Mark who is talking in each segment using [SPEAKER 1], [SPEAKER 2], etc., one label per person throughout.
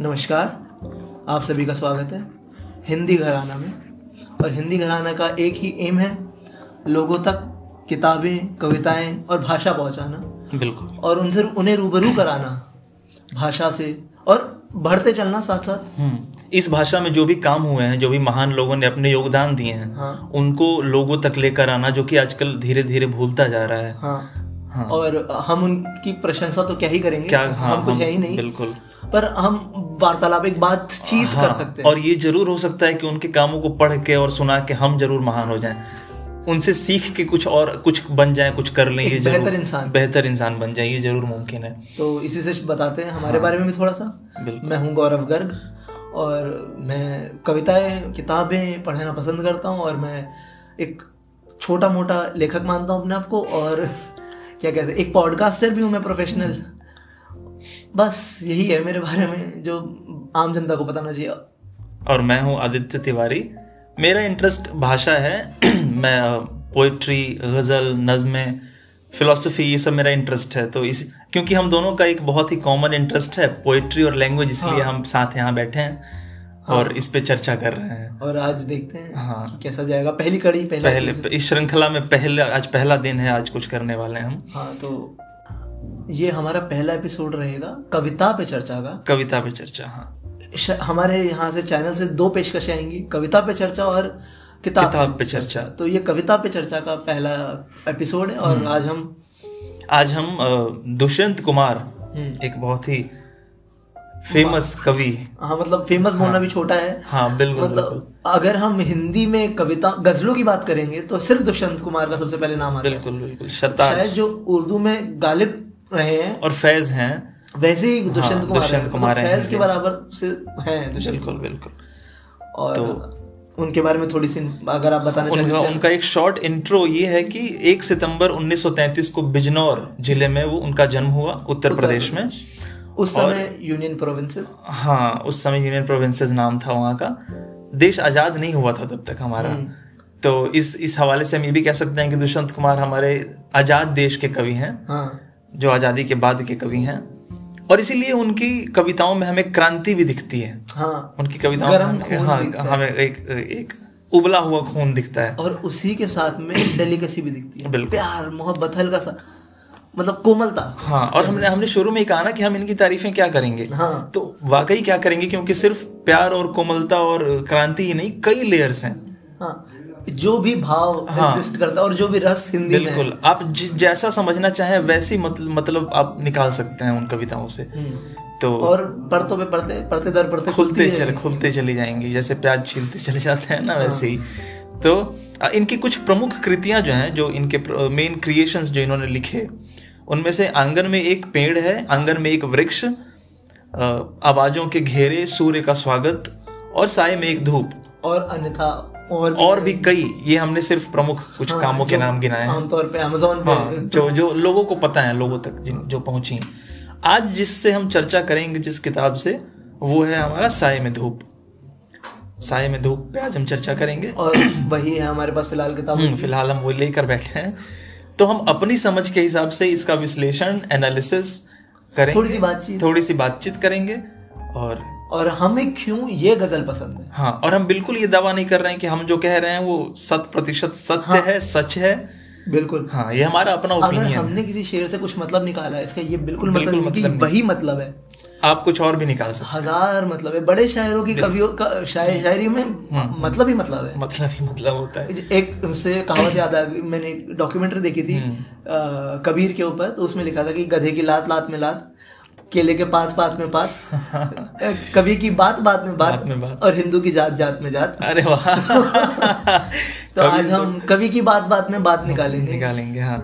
[SPEAKER 1] नमस्कार आप सभी का स्वागत है हिंदी घराना में और हिंदी घराना का एक ही एम है लोगों तक किताबें कविताएं और भाषा पहुंचाना
[SPEAKER 2] बिल्कुल
[SPEAKER 1] और उनसे उन्हें रूबरू कराना भाषा से और बढ़ते चलना साथ साथ
[SPEAKER 2] हम्म इस भाषा में जो भी काम हुए हैं जो भी महान लोगों ने अपने योगदान दिए हैं
[SPEAKER 1] हाँ।
[SPEAKER 2] उनको लोगों तक लेकर आना जो कि आजकल धीरे धीरे भूलता जा रहा है
[SPEAKER 1] हाँ
[SPEAKER 2] हाँ
[SPEAKER 1] और हम उनकी प्रशंसा तो क्या ही करेंगे
[SPEAKER 2] क्या हाँ
[SPEAKER 1] हम कुछ
[SPEAKER 2] हम-
[SPEAKER 1] है ही नहीं
[SPEAKER 2] बिल्कुल
[SPEAKER 1] पर हम वार्तालाप एक बातचीत तो कर
[SPEAKER 2] हाँ,
[SPEAKER 1] सकते हैं
[SPEAKER 2] और ये जरूर हो सकता है कि उनके कामों को पढ़ के और सुना के हम जरूर महान हो जाएं उनसे सीख के कुछ और कुछ बन जाए कुछ कर लें
[SPEAKER 1] एक
[SPEAKER 2] ये जरूर
[SPEAKER 1] बेहतर इंसान।
[SPEAKER 2] बेहतर इंसान बन जाए ये जरूर मुमकिन है
[SPEAKER 1] तो इसी से बताते हैं हमारे बारे में भी थोड़ा सा
[SPEAKER 2] हाँ। बिल्कुल।
[SPEAKER 1] मैं हूँ गौरव गर्ग और मैं कविताएं किताबें पढ़ना पसंद करता हूँ और मैं एक छोटा मोटा लेखक मानता हूँ अपने आप को और क्या कहते हैं एक पॉडकास्टर भी हूँ मैं प्रोफेशनल बस यही है मेरे बारे में जो आम जनता को बताना चाहिए
[SPEAKER 2] और मैं हूँ आदित्य तिवारी मेरा इंटरेस्ट भाषा है मैं पोइट्री गज़ल नज़में फिलोसफी ये सब मेरा इंटरेस्ट है तो इस क्योंकि हम दोनों का एक बहुत ही कॉमन इंटरेस्ट है पोइट्री और लैंग्वेज इसलिए
[SPEAKER 1] हाँ।
[SPEAKER 2] हम साथ यहाँ बैठे हैं और इस पे चर्चा कर रहे हैं
[SPEAKER 1] और आज देखते हैं
[SPEAKER 2] हाँ।
[SPEAKER 1] कि कैसा जाएगा पहली कड़ी पहला
[SPEAKER 2] पहले इस श्रृंखला में पहले आज पहला दिन है आज कुछ करने वाले हैं हम
[SPEAKER 1] हाँ तो ये हमारा पहला एपिसोड रहेगा कविता पे चर्चा का
[SPEAKER 2] कविता पे चर्चा हाँ
[SPEAKER 1] श- हमारे यहाँ से चैनल से दो पेशकशें आएंगी कविता पे चर्चा और किताब
[SPEAKER 2] किताब पे चर्चा
[SPEAKER 1] तो ये कविता पे चर्चा का पहला एपिसोड है
[SPEAKER 2] हम्म।
[SPEAKER 1] और आज हम
[SPEAKER 2] आज हम अ, दुष्यंत कुमार
[SPEAKER 1] हम्म।
[SPEAKER 2] एक बहुत ही फेमस कवि
[SPEAKER 1] हाँ मतलब फेमस बोलना भी छोटा है
[SPEAKER 2] हाँ बिल्कुल बिल्कुल
[SPEAKER 1] मतलब अगर हम हिंदी में कविता गजलों की बात करेंगे तो सिर्फ दुष्यंत कुमार का सबसे पहले नाम आता है
[SPEAKER 2] बिल्कुल बिल्कुल शरताज
[SPEAKER 1] शायद जो उर्दू में गालिब रहे हैं
[SPEAKER 2] और फैज हैं
[SPEAKER 1] वैसे ही दुष्यंत कुमार
[SPEAKER 2] हाँ, दुष्यंत
[SPEAKER 1] हैं।
[SPEAKER 2] कुमार
[SPEAKER 1] मतलब
[SPEAKER 2] हैं
[SPEAKER 1] फैज के बराबर से हैं दुष्यंत
[SPEAKER 2] बिल्कुल बिल्कुल
[SPEAKER 1] और उनके बारे में थोड़ी सी अगर आप बताना चाहें
[SPEAKER 2] तो उनका उनका एक शॉर्ट इंट्रो ये है कि 1 सितंबर 1933 को बिजनौर जिले में वो उनका जन्म हुआ उत्तर प्रदेश में
[SPEAKER 1] तो, उस समय यूनियन प्रोविंसेस
[SPEAKER 2] हाँ उस समय यूनियन प्रोविंसेस नाम था वहाँ का देश आज़ाद नहीं हुआ था तब तक हमारा तो इस इस हवाले से हम ये भी कह सकते हैं कि दुष्यंत कुमार हमारे आज़ाद देश के कवि हैं
[SPEAKER 1] हाँ
[SPEAKER 2] जो आज़ादी के बाद के कवि हैं और इसीलिए उनकी कविताओं में हमें क्रांति भी दिखती है
[SPEAKER 1] हाँ
[SPEAKER 2] उनकी कविताओं
[SPEAKER 1] गरम
[SPEAKER 2] में
[SPEAKER 1] खून
[SPEAKER 2] हमें- हाँ हमें एक एक उबला हुआ खून दिखता है
[SPEAKER 1] और उसी के साथ में डेलिकेसी भी दिखती है
[SPEAKER 2] बिल्कुल।
[SPEAKER 1] प्यार मोहब्बत हल्का सा मतलब कोमलता
[SPEAKER 2] हाँ और हमने हमने शुरू में ही कहा ना कि हम इनकी तारीफें क्या करेंगे
[SPEAKER 1] हाँ
[SPEAKER 2] तो वाकई क्या करेंगे क्योंकि सिर्फ प्यार और कोमलता और क्रांति ही नहीं कई लेयर्स हैं
[SPEAKER 1] हाँ जो भी भाव
[SPEAKER 2] हाँ।
[SPEAKER 1] एग्जिस्ट करता है और जो भी रस हिंदी में है।
[SPEAKER 2] बिल्कुल आप जि- जैसा समझना चाहें वैसी मतल, मतलब आप निकाल सकते हैं उन कविताओं से
[SPEAKER 1] हम्म।
[SPEAKER 2] तो
[SPEAKER 1] और परतों पे पढ़ते पढ़ते दर पढ़ते
[SPEAKER 2] खुलते चले खुलते चली जाएंगी जैसे प्याज छीलते चले जाते हैं ना वैसे ही तो अ, इनकी कुछ प्रमुख कृतियां जो हैं जो इनके मेन क्रिएशंस जो इन्होंने लिखे उनमें से आंगन में एक पेड़ है आंगन में एक वृक्ष अ, आवाजों के घेरे सूर्य का स्वागत और साय में एक धूप
[SPEAKER 1] और अन्यथा और
[SPEAKER 2] और भी कई ये हमने सिर्फ प्रमुख कुछ कामों के नाम गिनाए हैं
[SPEAKER 1] आमतौर पे अमेजोन पे
[SPEAKER 2] हाँ जो जो लोगों को पता है लोगों तक जिन जो पहुंची आज जिससे हम चर्चा करेंगे जिस किताब से वो है हमारा साय में धूप साय में धूप पे आज हम चर्चा करेंगे
[SPEAKER 1] और वही है हमारे पास फिलहाल किताब
[SPEAKER 2] हम्म, फिलहाल हम वो लेकर बैठे हैं तो हम अपनी समझ के हिसाब से इसका विश्लेषण एनालिसिस करेंगे
[SPEAKER 1] थोड़ी सी बातचीत
[SPEAKER 2] थोड़ी सी बातचीत करेंगे और
[SPEAKER 1] और हमें क्यों ये गजल पसंद है
[SPEAKER 2] हाँ और हम बिल्कुल ये दावा नहीं कर रहे हैं कि हम जो कह रहे हैं वो शत प्रतिशत सत्य है सच है
[SPEAKER 1] बिल्कुल
[SPEAKER 2] हाँ ये हमारा अपना
[SPEAKER 1] हाँ। अगर
[SPEAKER 2] ओपिनियन
[SPEAKER 1] हमने किसी शेर से कुछ मतलब निकाला है इसका ये बिल्कुल
[SPEAKER 2] बिल्कुल
[SPEAKER 1] मतलब नहीं कि
[SPEAKER 2] मतलब
[SPEAKER 1] वही मतलब है
[SPEAKER 2] आप कुछ और भी निकाल सकते
[SPEAKER 1] हजार मतलब है बड़े शायरों की कवियों का
[SPEAKER 2] हम्म।
[SPEAKER 1] शायर शायरी में मतलब ही मतलब है
[SPEAKER 2] हैं। मतलब ही मतलब होता है
[SPEAKER 1] एक उनसे कहावत याद आ गई मैंने एक डॉक्यूमेंट्री देखी थी
[SPEAKER 2] हम्म।
[SPEAKER 1] अ, कबीर के ऊपर तो उसमें लिखा था कि गधे की लात लात में लात केले के पात पात में पात अ, कवि की बात बात में बात,
[SPEAKER 2] बात में बात।
[SPEAKER 1] और हिंदू की जात जात में जात
[SPEAKER 2] अरे वाह
[SPEAKER 1] तो आज हम कवि की बात बात में बात निकालेंगे
[SPEAKER 2] निकालेंगे हाँ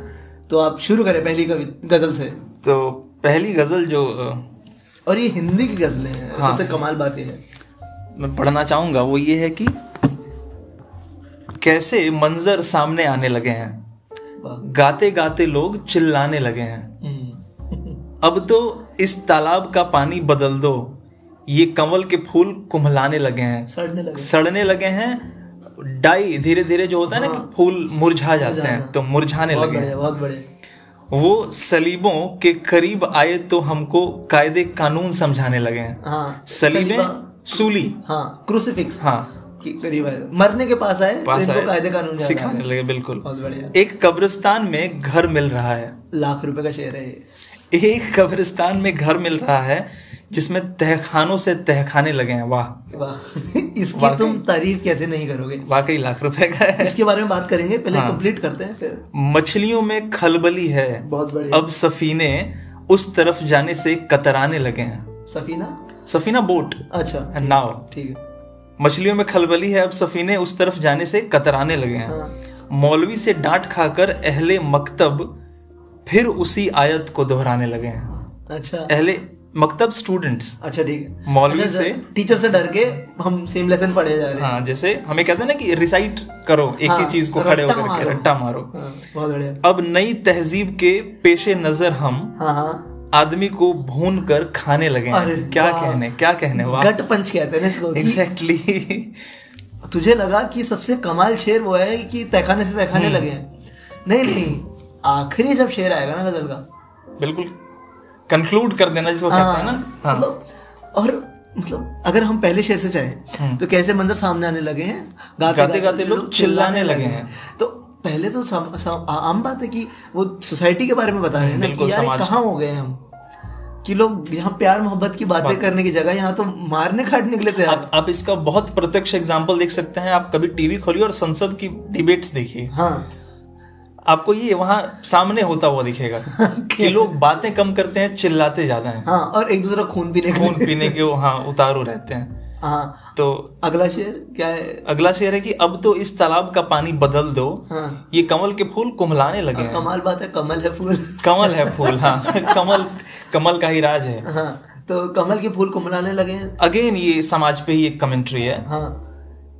[SPEAKER 1] तो आप शुरू करें पहली कवि गजल से
[SPEAKER 2] तो पहली गजल जो अ,
[SPEAKER 1] और ये हिंदी की गजलें हैं
[SPEAKER 2] हाँ।
[SPEAKER 1] सबसे कमाल बात ये है
[SPEAKER 2] मैं पढ़ना चाहूंगा वो ये है कि कैसे मंजर सामने आने लगे हैं
[SPEAKER 1] वाह।
[SPEAKER 2] गाते गाते लोग चिल्लाने लगे हैं
[SPEAKER 1] हम्म।
[SPEAKER 2] अब तो इस तालाब का पानी बदल दो ये कंवल के फूल कुम्हलाने लगे हैं
[SPEAKER 1] सड़ने लगे
[SPEAKER 2] सड़ने लगे हैं डाई धीरे धीरे जो होता है ना कि फूल मुरझा जाते हैं तो मुरझाने
[SPEAKER 1] बहुत
[SPEAKER 2] लगे हैं
[SPEAKER 1] बड़े बहुत बड़े
[SPEAKER 2] वो सलीबों के करीब आए तो हमको कायदे कानून समझाने लगे हैं
[SPEAKER 1] हाँ
[SPEAKER 2] सलीबें सूली
[SPEAKER 1] हाँ क्रूसिफिक्स
[SPEAKER 2] हाँ
[SPEAKER 1] कि करीब आए मरने के पास आए तो
[SPEAKER 2] पास
[SPEAKER 1] इनको
[SPEAKER 2] आए,
[SPEAKER 1] कायदे कानून याद आ
[SPEAKER 2] सिखाने
[SPEAKER 1] गए।
[SPEAKER 2] लगे बिल्कुल
[SPEAKER 1] बहुत बढ़िया
[SPEAKER 2] एक कब्रिस्तान में घर मिल रहा है
[SPEAKER 1] लाख रुपए का शेयर है ये
[SPEAKER 2] एक कब्रिस्तान में घर मिल रहा है जिसमें तहखानों से तहखाने लगे हैं वाह
[SPEAKER 1] वाह इसकी तुम तारीफ कैसे नहीं करोगे
[SPEAKER 2] वाकई लाख रुपए का है
[SPEAKER 1] इसके बारे में बात करेंगे पहले
[SPEAKER 2] हाँ।
[SPEAKER 1] कंप्लीट करते हैं फिर
[SPEAKER 2] मछलियों में खलबली है
[SPEAKER 1] बहुत बढ़िया
[SPEAKER 2] अब सफीने उस तरफ जाने से कतराने लगे हैं
[SPEAKER 1] सफीना
[SPEAKER 2] सफीना बोट
[SPEAKER 1] अच्छा
[SPEAKER 2] एंड नाव
[SPEAKER 1] ठीक है
[SPEAKER 2] मछलियों में खलबली है अब सफीने उस तरफ जाने से कतराने लगे
[SPEAKER 1] हाँ।
[SPEAKER 2] हैं मौलवी से डांट खाकर अहले मकतब फिर उसी आयत को दोहराने लगे हैं
[SPEAKER 1] अच्छा
[SPEAKER 2] अहले मकतब स्टूडेंट्स
[SPEAKER 1] अच्छा ठीक है
[SPEAKER 2] मौलवी
[SPEAKER 1] अच्छा,
[SPEAKER 2] से
[SPEAKER 1] टीचर से डर के हम सेम लेसन पढ़े जा रहे हैं
[SPEAKER 2] हाँ जैसे हमें कहते हैं ना कि रिसाइट करो एक ही
[SPEAKER 1] हाँ,
[SPEAKER 2] चीज को खड़े
[SPEAKER 1] रट्टा
[SPEAKER 2] होकर के
[SPEAKER 1] मारो।
[SPEAKER 2] रट्टा मारो
[SPEAKER 1] हाँ, बहुत बढ़िया
[SPEAKER 2] अब नई तहजीब के पेशे नजर हम
[SPEAKER 1] हाँ हाँ
[SPEAKER 2] आदमी को भून कर खाने लगे हैं।
[SPEAKER 1] अरे
[SPEAKER 2] क्या
[SPEAKER 1] वाह।
[SPEAKER 2] कहने क्या कहने वाह
[SPEAKER 1] गट पंच कहते हैं ना इसको कि
[SPEAKER 2] एग्जैक्टली
[SPEAKER 1] तुझे लगा कि सबसे कमाल शेर वो है कि तहखाने से तहखाने
[SPEAKER 2] हम्म।
[SPEAKER 1] लगे हैं नहीं नहीं आखिरी जब शेर आएगा ना गजल का
[SPEAKER 2] बिल्कुल कंक्लूड कर देना जिसको कहते हैं ना हाँ
[SPEAKER 1] मतलब और मतलब अगर हम पहले शेर से चाहें तो कैसे मंजर सामने आने लगे हैं
[SPEAKER 2] हाँ। गाते- गाते लोग चिल्लाने लगे हैं।
[SPEAKER 1] तो पहले तो सम, सम, आ- आम बात है कि वो सोसाइटी के बारे में बता रहे हैं ना कि यार ये कहाँ हो गए हम कि लोग यहाँ प्यार मोहब्बत की बातें करने की जगह यहाँ तो मारने काटने के लिए तैयार
[SPEAKER 2] आप आप इसका बहुत प्रत्यक्ष एग्जाम्पल देख सकते हैं आप कभी टीवी खोलिए और संसद की डिबेट्स देखिए
[SPEAKER 1] हाँ
[SPEAKER 2] आपको ये वहाँ सामने होता हुआ दिखेगा कि लोग बातें कम करते हैं चिल्लाते ज्यादा हैं
[SPEAKER 1] हाँ और एक दूसरे का खून पीने के लिए-
[SPEAKER 2] खून पीने के हाँ उतारू रहते हैं
[SPEAKER 1] हाँ
[SPEAKER 2] तो
[SPEAKER 1] अगला शेर क्या है
[SPEAKER 2] अगला शेर है कि अब तो इस तालाब का पानी बदल दो
[SPEAKER 1] हाँ
[SPEAKER 2] ये कमल के फूल कुमलाने लगे हैं
[SPEAKER 1] कमाल बात है कमल है फूल
[SPEAKER 2] कमल है फूल हाँ कमल कमल का ही राज है
[SPEAKER 1] हाँ तो कमल के फूल कुमलाने लगे हैं।
[SPEAKER 2] अगेन ये समाज पे ही एक कमेंट्री है
[SPEAKER 1] हाँ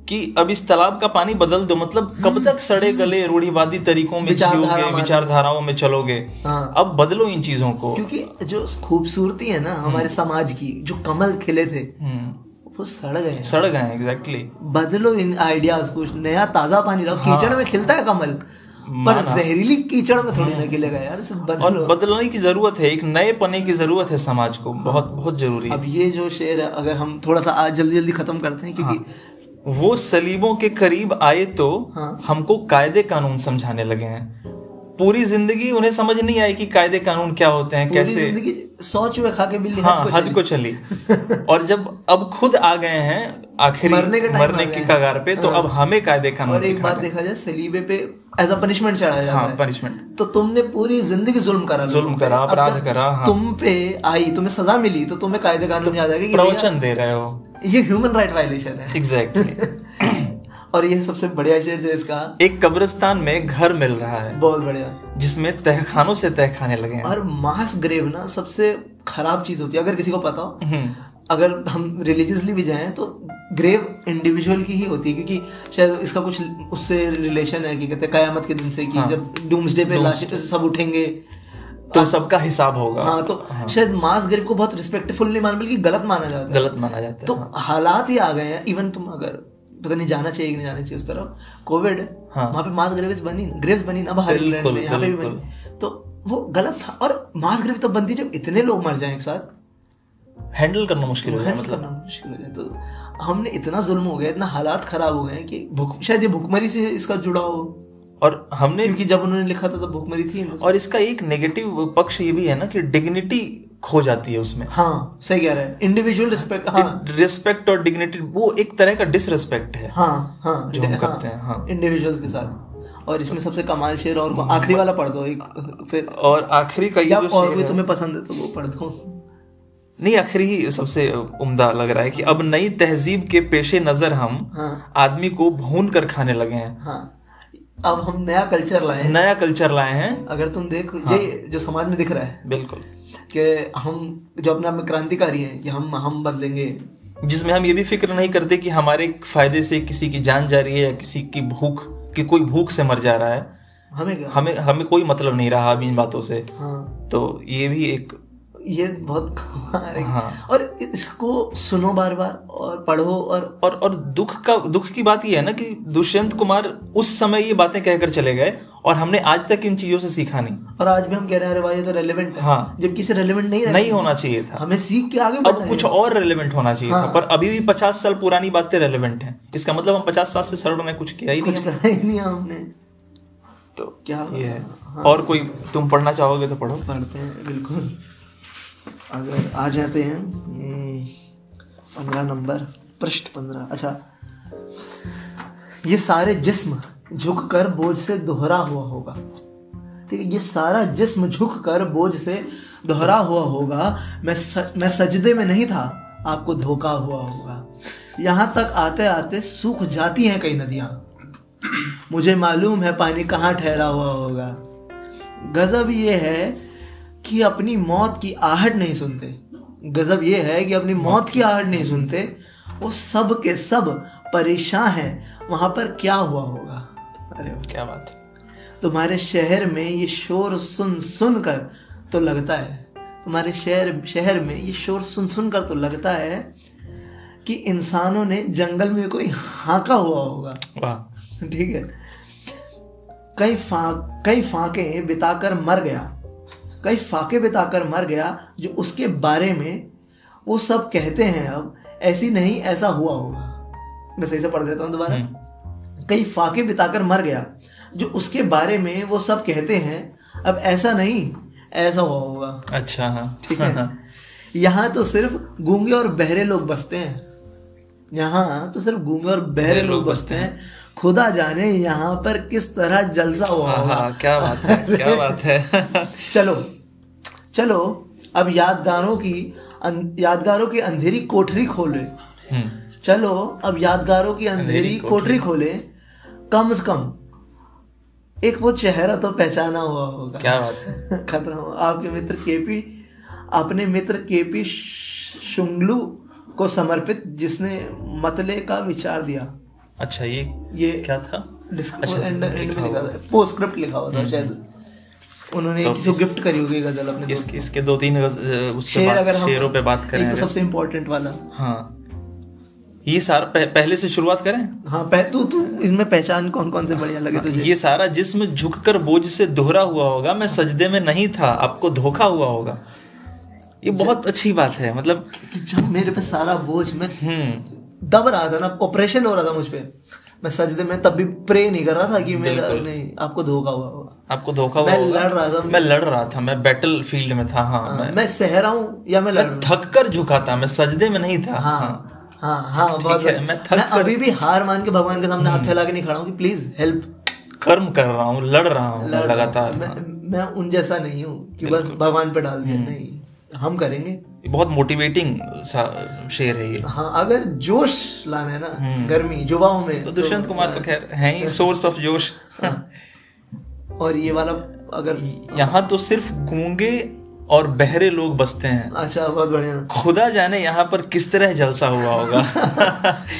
[SPEAKER 2] कि अब इस तालाब का पानी बदल दो मतलब कब तक सड़े गले रूढ़िवादी तरीकों में
[SPEAKER 1] विचारधारा
[SPEAKER 2] जियोगे
[SPEAKER 1] मानो।
[SPEAKER 2] विचारधाराओं में चलोगे
[SPEAKER 1] हाँ।
[SPEAKER 2] अब बदलो इन चीजों को
[SPEAKER 1] क्योंकि जो खूबसूरती है ना हमारे समाज की जो कमल खिले थे
[SPEAKER 2] हम्म,
[SPEAKER 1] वो सड़ गए हैं
[SPEAKER 2] सड़ गए एग्जैक्टली
[SPEAKER 1] बदलो इन आइडियाज कुछ नया ताजा पानी लाओ
[SPEAKER 2] हाँ।
[SPEAKER 1] कीचड़ में खिलता है कमल पर जहरीली कीचड़ में थोड़ी ना खिलेगा यार इसे
[SPEAKER 2] हम्म। और
[SPEAKER 1] बदलो
[SPEAKER 2] बदलने की जरूरत है एक नए पने की जरूरत है समाज को बहुत बहुत जरूरी है
[SPEAKER 1] हाँ। अब ये जो शेर है अगर हम थोड़ा सा आज जल्दी जल्दी खत्म करते हैं क्योंकि
[SPEAKER 2] हाँ। वो सलीबों के करीब आए तो
[SPEAKER 1] हाँ।
[SPEAKER 2] हमको कायदे कानून समझाने लगे हैं पूरी जिंदगी उन्हें समझ नहीं आई कि कायदे कानून क्या होते हैं
[SPEAKER 1] पूरी
[SPEAKER 2] कैसे
[SPEAKER 1] जिंदगी सौ चूहे खा के बिल्ली
[SPEAKER 2] हाँ
[SPEAKER 1] हज को
[SPEAKER 2] हद
[SPEAKER 1] चली।
[SPEAKER 2] को चली और जब अब खुद आ गए हैं आखिरी
[SPEAKER 1] मरने के time आ
[SPEAKER 2] मरने
[SPEAKER 1] गए
[SPEAKER 2] की
[SPEAKER 1] हैं।
[SPEAKER 2] कगार पे तो अब हमें कायदे कानून
[SPEAKER 1] और एक बात देखा जाए सलीबे पे एज अ पनिशमेंट चढ़ाया जाता
[SPEAKER 2] हाँ
[SPEAKER 1] है
[SPEAKER 2] पनिशमेंट
[SPEAKER 1] तो तुमने पूरी जिंदगी जुल्म करा लोगों
[SPEAKER 2] जुल्म
[SPEAKER 1] पे।
[SPEAKER 2] करा,
[SPEAKER 1] अब
[SPEAKER 2] अपराध
[SPEAKER 1] जब
[SPEAKER 2] करा, हाँ।
[SPEAKER 1] तुम पे आई तुम्हें सजा मिली तो तुम्हें कायदे कानून याद आएगा कि भैया,
[SPEAKER 2] प्रवचन दे रहे हो
[SPEAKER 1] ये ह्यूमन राइट वायलेशन है
[SPEAKER 2] एग्जैक्टली
[SPEAKER 1] और ये सबसे बढ़िया शेर जो इसका
[SPEAKER 2] एक कब्रिस्तान में घर मिल रहा है
[SPEAKER 1] बहुत बढ़िया
[SPEAKER 2] जिसमें तहखानों से तहखाने लगे हैं
[SPEAKER 1] और मास ग्रेव ना सबसे खराब चीज होती है अगर किसी को पता हो
[SPEAKER 2] हम्म,
[SPEAKER 1] अगर हम रिलीजियसली भी जाएं तो ग्रेव इंडिविजुअल की ही होती है क्योंकि शायद इसका कुछ उससे रिलेशन है कि कहते हैं कयामत के दिन से कि
[SPEAKER 2] हाँ।
[SPEAKER 1] जब डूम्सडे पे लाशें सब उठेंगे
[SPEAKER 2] तो सबका हिसाब होगा
[SPEAKER 1] हाँ तो शायद मास ग्रेव को बहुत रिस्पेक्टफुल नहीं माना बल्कि गलत माना जाता है
[SPEAKER 2] गलत माना जाता है
[SPEAKER 1] तो हालात ही आ गए हैं इवन तुम अगर पता नहीं जाना चाहिए कि नहीं जाना चाहिए उस तरफ कोविड
[SPEAKER 2] हाँ।
[SPEAKER 1] वहां पे मास ग्रेव्स बनी ग्रेव्स बनी ना बाहर इंग्लैंड में
[SPEAKER 2] बिल्कुल,
[SPEAKER 1] यहाँ पे भी बनी तो वो गलत था और मास ग्रेव तब बनती है जब इतने लोग मर जाएं एक साथ
[SPEAKER 2] हैंडल करना मुश्किल हो गया
[SPEAKER 1] हैंडल करना मुश्किल हो जाए तो हमने इतना जुल्म हो गया इतना हालात खराब हो गए हैं कि भूख शायद ये भूखमरी से इसका जुड़ा हो
[SPEAKER 2] और हमने
[SPEAKER 1] क्योंकि जब उन्होंने लिखा था तब भूखमरी थी ना।
[SPEAKER 2] और इसका एक नेगेटिव पक्ष ये भी है ना कि डिग्निटी खो जाती है उसमें
[SPEAKER 1] हाँ सही कह रहे हैं इंडिविजुअल रिस्पेक्ट हाँ
[SPEAKER 2] रिस्पेक्ट और डिग्निटी वो एक तरह का डिसरिस्पेक्ट है
[SPEAKER 1] हाँ हाँ
[SPEAKER 2] जो हम करते हैं, हाँ।
[SPEAKER 1] इंडिविजुअल्स के साथ और इसमें सबसे कमाल शेर और आखिरी वाला पढ़ दो एक फिर
[SPEAKER 2] और आखिरी का ये
[SPEAKER 1] या
[SPEAKER 2] जो
[SPEAKER 1] और
[SPEAKER 2] शेर
[SPEAKER 1] कोई
[SPEAKER 2] है-
[SPEAKER 1] तुम्हें पसंद है तो वो पढ़ दो
[SPEAKER 2] नहीं आखिरी ही सबसे उम्दा लग रहा है कि अब नई तहजीब के पेशे नजर हम
[SPEAKER 1] हाँ
[SPEAKER 2] आदमी को भून कर खाने लगे हैं
[SPEAKER 1] हाँ अब हम नया कल्चर लाए हैं।
[SPEAKER 2] नया कल्चर लाए हैं
[SPEAKER 1] अगर तुम देखो
[SPEAKER 2] हाँ।
[SPEAKER 1] ये जो समाज में दिख रहा है
[SPEAKER 2] बिल्कुल
[SPEAKER 1] कि हम जो अपने आप में क्रांतिकारी हैं कि हम हम बदलेंगे
[SPEAKER 2] जिसमें हम ये भी फिक्र नहीं करते कि हमारे फायदे से किसी की जान जा रही है या किसी की भूख कि कोई भूख से मर जा रहा है
[SPEAKER 1] हमें क्या
[SPEAKER 2] हमें हमें कोई मतलब नहीं रहा अब इन बातों से
[SPEAKER 1] हाँ
[SPEAKER 2] तो ये भी एक
[SPEAKER 1] ये बहुत कमाल है।
[SPEAKER 2] हाँ।
[SPEAKER 1] और इसको सुनो बार बार और पढ़ो और
[SPEAKER 2] और और दुख का दुख की बात यह है ना कि दुष्यंत कुमार उस समय ये बातें कहकर चले गए और हमने आज तक इन चीजों से सीखा नहीं
[SPEAKER 1] और आज भी हम कह रहे हैं अरे भाई ये तो रेलिवेंट है
[SPEAKER 2] हाँ।
[SPEAKER 1] जबकि इसे रेलिवेंट नहीं रहना
[SPEAKER 2] नहीं होना चाहिए था
[SPEAKER 1] हमें सीख के आगे बढ़ना
[SPEAKER 2] अब कुछ और रेलेवेंट होना चाहिए
[SPEAKER 1] हाँ।
[SPEAKER 2] था पर अभी भी पचास साल पुरानी बातें रेलेवेंट हैं इसका मतलब हम पचास साल से सर्व ने कुछ किया ही
[SPEAKER 1] है।
[SPEAKER 2] नहीं
[SPEAKER 1] कुछ करना ही नहीं है हमने
[SPEAKER 2] तो
[SPEAKER 1] क्या हाँ।
[SPEAKER 2] ये है और कोई तुम पढ़ना चाहोगे तो पढ़ो
[SPEAKER 1] पढ़ते हैं बिल्कुल अगर आ जाते हैं हम्म, पंद्रह नंबर पृष्ठ पंद्रह अच्छा ये सारे जिस्म झुक कर बोझ से दोहरा हुआ होगा ठीक है ये सारा जिस्म झुक कर बोझ से दोहरा हुआ होगा मैं स, मैं सजदे में नहीं था आपको धोखा हुआ होगा यहाँ तक आते आते सूख जाती हैं कई नदियाँ मुझे मालूम है पानी कहाँ ठहरा हुआ होगा गजब ये है कि अपनी मौत की आहट नहीं सुनते गजब ये है कि अपनी मौत की आहट नहीं सुनते वो सब के सब परेशान हैं वहाँ पर क्या हुआ होगा अरे वाह।
[SPEAKER 2] क्या बात है
[SPEAKER 1] तुम्हारे शहर में ये शोर सुन सुन कर तो लगता है तुम्हारे शहर शहर में ये शोर सुन सुन कर तो लगता है कि इंसानों ने जंगल में कोई हाँका हुआ होगा
[SPEAKER 2] वाह
[SPEAKER 1] ठीक है कई फाक कई फाके बिताकर मर गया कई फाके बिताकर मर गया जो उसके बारे में वो सब कहते हैं अब ऐसी नहीं ऐसा हुआ होगा मैं सही से पढ़ देता हूँ दोबारा कई फाके बिताकर मर गया जो उसके बारे में वो सब कहते हैं अब ऐसा नहीं ऐसा हुआ होगा
[SPEAKER 2] अच्छा हाँ
[SPEAKER 1] ठीक है यहाँ तो सिर्फ गूंगे और बहरे लोग बसते हैं यहाँ तो सिर्फ गूंगे और बहरे लोग बसते हैं खुदा जाने यहाँ पर किस तरह जलसा हुआ
[SPEAKER 2] हाँ
[SPEAKER 1] होगा
[SPEAKER 2] हाँ क्या बात है क्या बात है
[SPEAKER 1] चलो चलो अब यादगारों की अन- यादगारों की अंधेरी कोठरी खोले
[SPEAKER 2] हम्म,
[SPEAKER 1] चलो अब यादगारों की अंधेरी
[SPEAKER 2] अंधेरी
[SPEAKER 1] कोठरी खोले कम से कम एक वो चेहरा तो पहचाना हुआ होगा
[SPEAKER 2] क्या बात है
[SPEAKER 1] खत्म आपके मित्र केपी अपने मित्र केपी शुंगलू को समर्पित जिसने मतले का विचार दिया
[SPEAKER 2] अच्छा ये
[SPEAKER 1] ये
[SPEAKER 2] क्या था अच्छा, लिखा हुआ। हम्म,
[SPEAKER 1] पोस्टस्क्रिप्ट लिखा हुआ था शायद उन्होंने
[SPEAKER 2] तो
[SPEAKER 1] किसी को गिफ्ट करी होगी गजल अपने दोस्त
[SPEAKER 2] इसके इसके दो तीन गज- उस पे
[SPEAKER 1] शेर
[SPEAKER 2] बात-
[SPEAKER 1] अगर हम
[SPEAKER 2] शेरों पे बात
[SPEAKER 1] एक
[SPEAKER 2] करें
[SPEAKER 1] तो सबसे इम्पोर्टेंट वाला
[SPEAKER 2] हाँ ये सारा पह- पहले से शुरुआत करें
[SPEAKER 1] हाँ पह तू तू इसमें पहचान कौन कौन से बढ़िया लगे तुझे
[SPEAKER 2] तो ये सारा जिस्म झुककर बोझ से दोहरा हुआ होगा मैं सजदे में नहीं था आपको धोखा हुआ होगा ये
[SPEAKER 1] अच्छा।
[SPEAKER 2] बहुत अच्छी बात है मतलब
[SPEAKER 1] कि जब मेरे पे सारा बोझ मैं
[SPEAKER 2] हम्म
[SPEAKER 1] दब रहा था ना ऑपरेशन हो रहा था मुझ पे मैं सजदे में तब भी प्रे नहीं कर रहा था कि मेरा नहीं आपको धोखा हुआ होगा
[SPEAKER 2] आपको धोखा हुआ
[SPEAKER 1] मैं
[SPEAKER 2] होगा
[SPEAKER 1] लड़ रहा था
[SPEAKER 2] मैं लड़ रहा था मैं बैटल फील्ड में था हाँ मैं
[SPEAKER 1] मैं, सह रहा हूँ या मैं लड़ रहा हूँ
[SPEAKER 2] थक कर झुका था मैं सजदे में नहीं था
[SPEAKER 1] हाँ हाँ हाँ बहुत
[SPEAKER 2] है,
[SPEAKER 1] बढ़िया।
[SPEAKER 2] मैं
[SPEAKER 1] मैं,
[SPEAKER 2] थक
[SPEAKER 1] अभी भी हार मान के भगवान के सामने हाथ फैला के नहीं खड़ा हूँ कि प्लीज हेल्प
[SPEAKER 2] कर्म कर रहा हूँ लड़ रहा हूँ मैं लगातार
[SPEAKER 1] मैं मैं उन जैसा नहीं हूँ कि बस भगवान पे डाल दिया नहीं हम करेंगे
[SPEAKER 2] ये बहुत मोटिवेटिंग सा शेर है ये तो
[SPEAKER 1] हाँ अगर जोश लाना है ना गर्मी युवाओं में
[SPEAKER 2] तो दुष्यंत कुमार तो खैर है ही सोर्स ऑफ जोश
[SPEAKER 1] और ये वाला अगर
[SPEAKER 2] यहाँ तो सिर्फ गूंगे और बहरे लोग बसते हैं
[SPEAKER 1] अच्छा बहुत बढ़िया
[SPEAKER 2] खुदा जाने यहाँ पर किस तरह जलसा हुआ होगा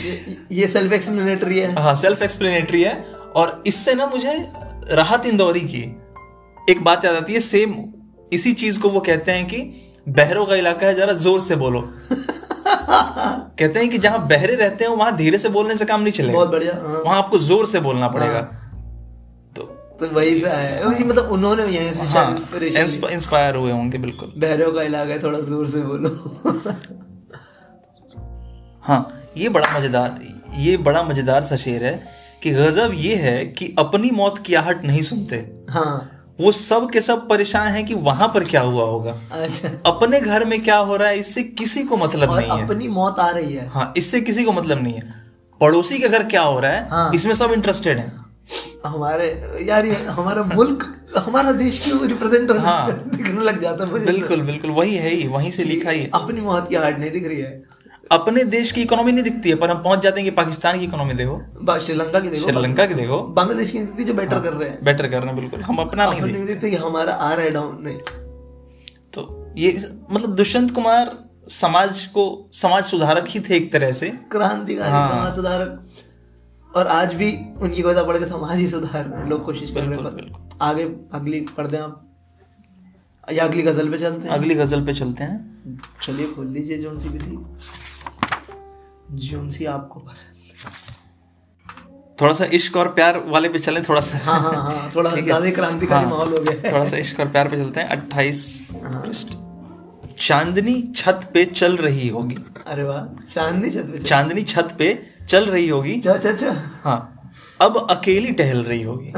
[SPEAKER 1] ये- ये सेल्फ एक्सप्लेनेटरी है
[SPEAKER 2] हाँ सेल्फ एक्सप्लेनेटरी है और इससे ना मुझे राहत इंदौरी की एक बात याद आती है सेम इसी चीज को वो कहते हैं कि बहरों का इलाका है जरा जोर से बोलो कहते हैं कि जहाँ बहरे रहते हैं वहां धीरे से बोलने से काम नहीं चलेगा
[SPEAKER 1] बहुत बढ़िया हाँ
[SPEAKER 2] वहां आपको जोर से बोलना पड़ेगा तो
[SPEAKER 1] तो वही सा है ये मतलब उन्होंने यहीं से
[SPEAKER 2] हाँ
[SPEAKER 1] शायद inspiration ली।
[SPEAKER 2] इंस्पायर हुए होंगे बिल्कुल
[SPEAKER 1] बहरों का इलाका है थोड़ा जोर से बोलो
[SPEAKER 2] हाँ ये बड़ा मजेदार ये बड़ा मजेदार सा शेर है कि गजब ये है कि अपनी मौत की आहट नहीं सुनते
[SPEAKER 1] हाँ
[SPEAKER 2] वो सब के सब परेशान हैं कि वहां पर क्या हुआ होगा
[SPEAKER 1] अच्छा
[SPEAKER 2] अपने घर में क्या हो रहा है इससे किसी को मतलब
[SPEAKER 1] और
[SPEAKER 2] नहीं है
[SPEAKER 1] अपनी मौत आ रही है
[SPEAKER 2] हाँ इससे किसी को मतलब नहीं है पड़ोसी के घर क्या हो रहा है
[SPEAKER 1] हाँ।
[SPEAKER 2] इसमें सब इंटरेस्टेड हैं
[SPEAKER 1] हमारे यार ये हमारा मुल्क हमारा देश क्यों रिप्रेजेंट होने
[SPEAKER 2] हाँ।
[SPEAKER 1] दिखने लग जाता है मुझे
[SPEAKER 2] बिल्कुल बिल्कुल वही है ही वहीं से लिखा ही है
[SPEAKER 1] अपनी मौत की हार्ट नहीं दिख रही है
[SPEAKER 2] अपने देश की इकोनॉमी नहीं दिखती है पर हम पहुंच जाते हैं कि पाकिस्तान की इकोनॉमी देखो
[SPEAKER 1] बा- श्रीलंका की देखो
[SPEAKER 2] श्रीलंका की देखो
[SPEAKER 1] बांग्लादेश की नहीं दिखती जो बेटर कर रहे हैं
[SPEAKER 2] बेटर करना बिल्कुल हम अपना हाँ। नहीं
[SPEAKER 1] अपन नहीं देखते कि हमारा आ रहा है डाउन नहीं
[SPEAKER 2] तो ये मतलब दुष्यंत कुमार समाज को समाज सुधारक ही थे एक तरह से
[SPEAKER 1] क्रांतिकारी समाज सुधारक और आज भी उनकी कविता पढ़ के समाज ही सुधार रहे हैं। लोग कोशिश कर रहे हैं पर आगे अगली पढ़ दें आप या अगली गजल पे चलते हैं
[SPEAKER 2] अगली गजल पे चलते हैं
[SPEAKER 1] चलिए खोल लीजिए जोन सी भी थी जोन सी आपको पसंद
[SPEAKER 2] थोड़ा सा इश्क और प्यार वाले पे चलें थोड़ा सा
[SPEAKER 1] हाँ हाँ हाँ थोड़ा ज्यादा क्रांतिकारी माहौल हो गया हाँ। है
[SPEAKER 2] थोड़ा सा इश्क और प्यार पे चलते हैं अट्ठाईस चांदनी छत पे चल रही होगी
[SPEAKER 1] अरे वाह चांदनी छत पे
[SPEAKER 2] चांदनी छत पे चल रही होगी
[SPEAKER 1] चल चल चल
[SPEAKER 2] हाँ अब अकेली टहल रही होगी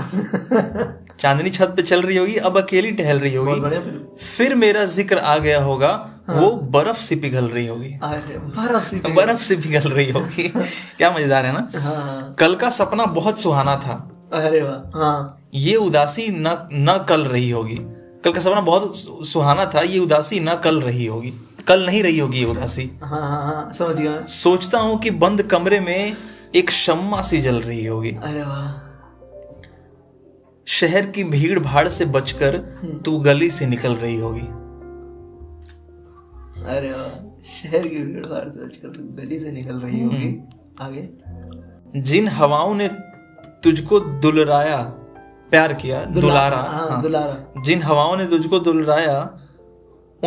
[SPEAKER 2] चांदनी छत पे चल रही होगी अब अकेली टहल रही
[SPEAKER 1] बहुत
[SPEAKER 2] होगी
[SPEAKER 1] बढ़िया फिल्म
[SPEAKER 2] फिर मेरा जिक्र आ गया होगा वो बर्फ से पिघल रही होगी
[SPEAKER 1] अरे बर्फ सी पे-
[SPEAKER 2] बर्फ से पिघल रही होगी क्या मजेदार है ना
[SPEAKER 1] हाँ हाँ
[SPEAKER 2] कल का सपना बहुत सुहाना था
[SPEAKER 1] अरे वाह हाँ
[SPEAKER 2] ये उदासी न न कल रही होगी कल का सपना बहुत सु- सुहाना था ये उदासी न कल रही होगी कल नहीं रही होगी ये उदासी
[SPEAKER 1] हाँ हाँ हाँ समझ गया
[SPEAKER 2] सोचता हूँ कि बंद कमरे में एक शम्मा सी जल रही होगी
[SPEAKER 1] अरे वाह
[SPEAKER 2] शहर की भीड़ भाड़ से बचकर तू गली से निकल रही होगी
[SPEAKER 1] अरे वाह शहर की भीड़ तो भाड़ से बचकर तुम गली से निकल रही
[SPEAKER 2] हम्म।
[SPEAKER 1] होगी आगे
[SPEAKER 2] जिन हवाओं ने तुझको दुलराया प्यार किया दुलारा
[SPEAKER 1] हाँ दुलारा
[SPEAKER 2] जिन हवाओं ने तुझको दुलराया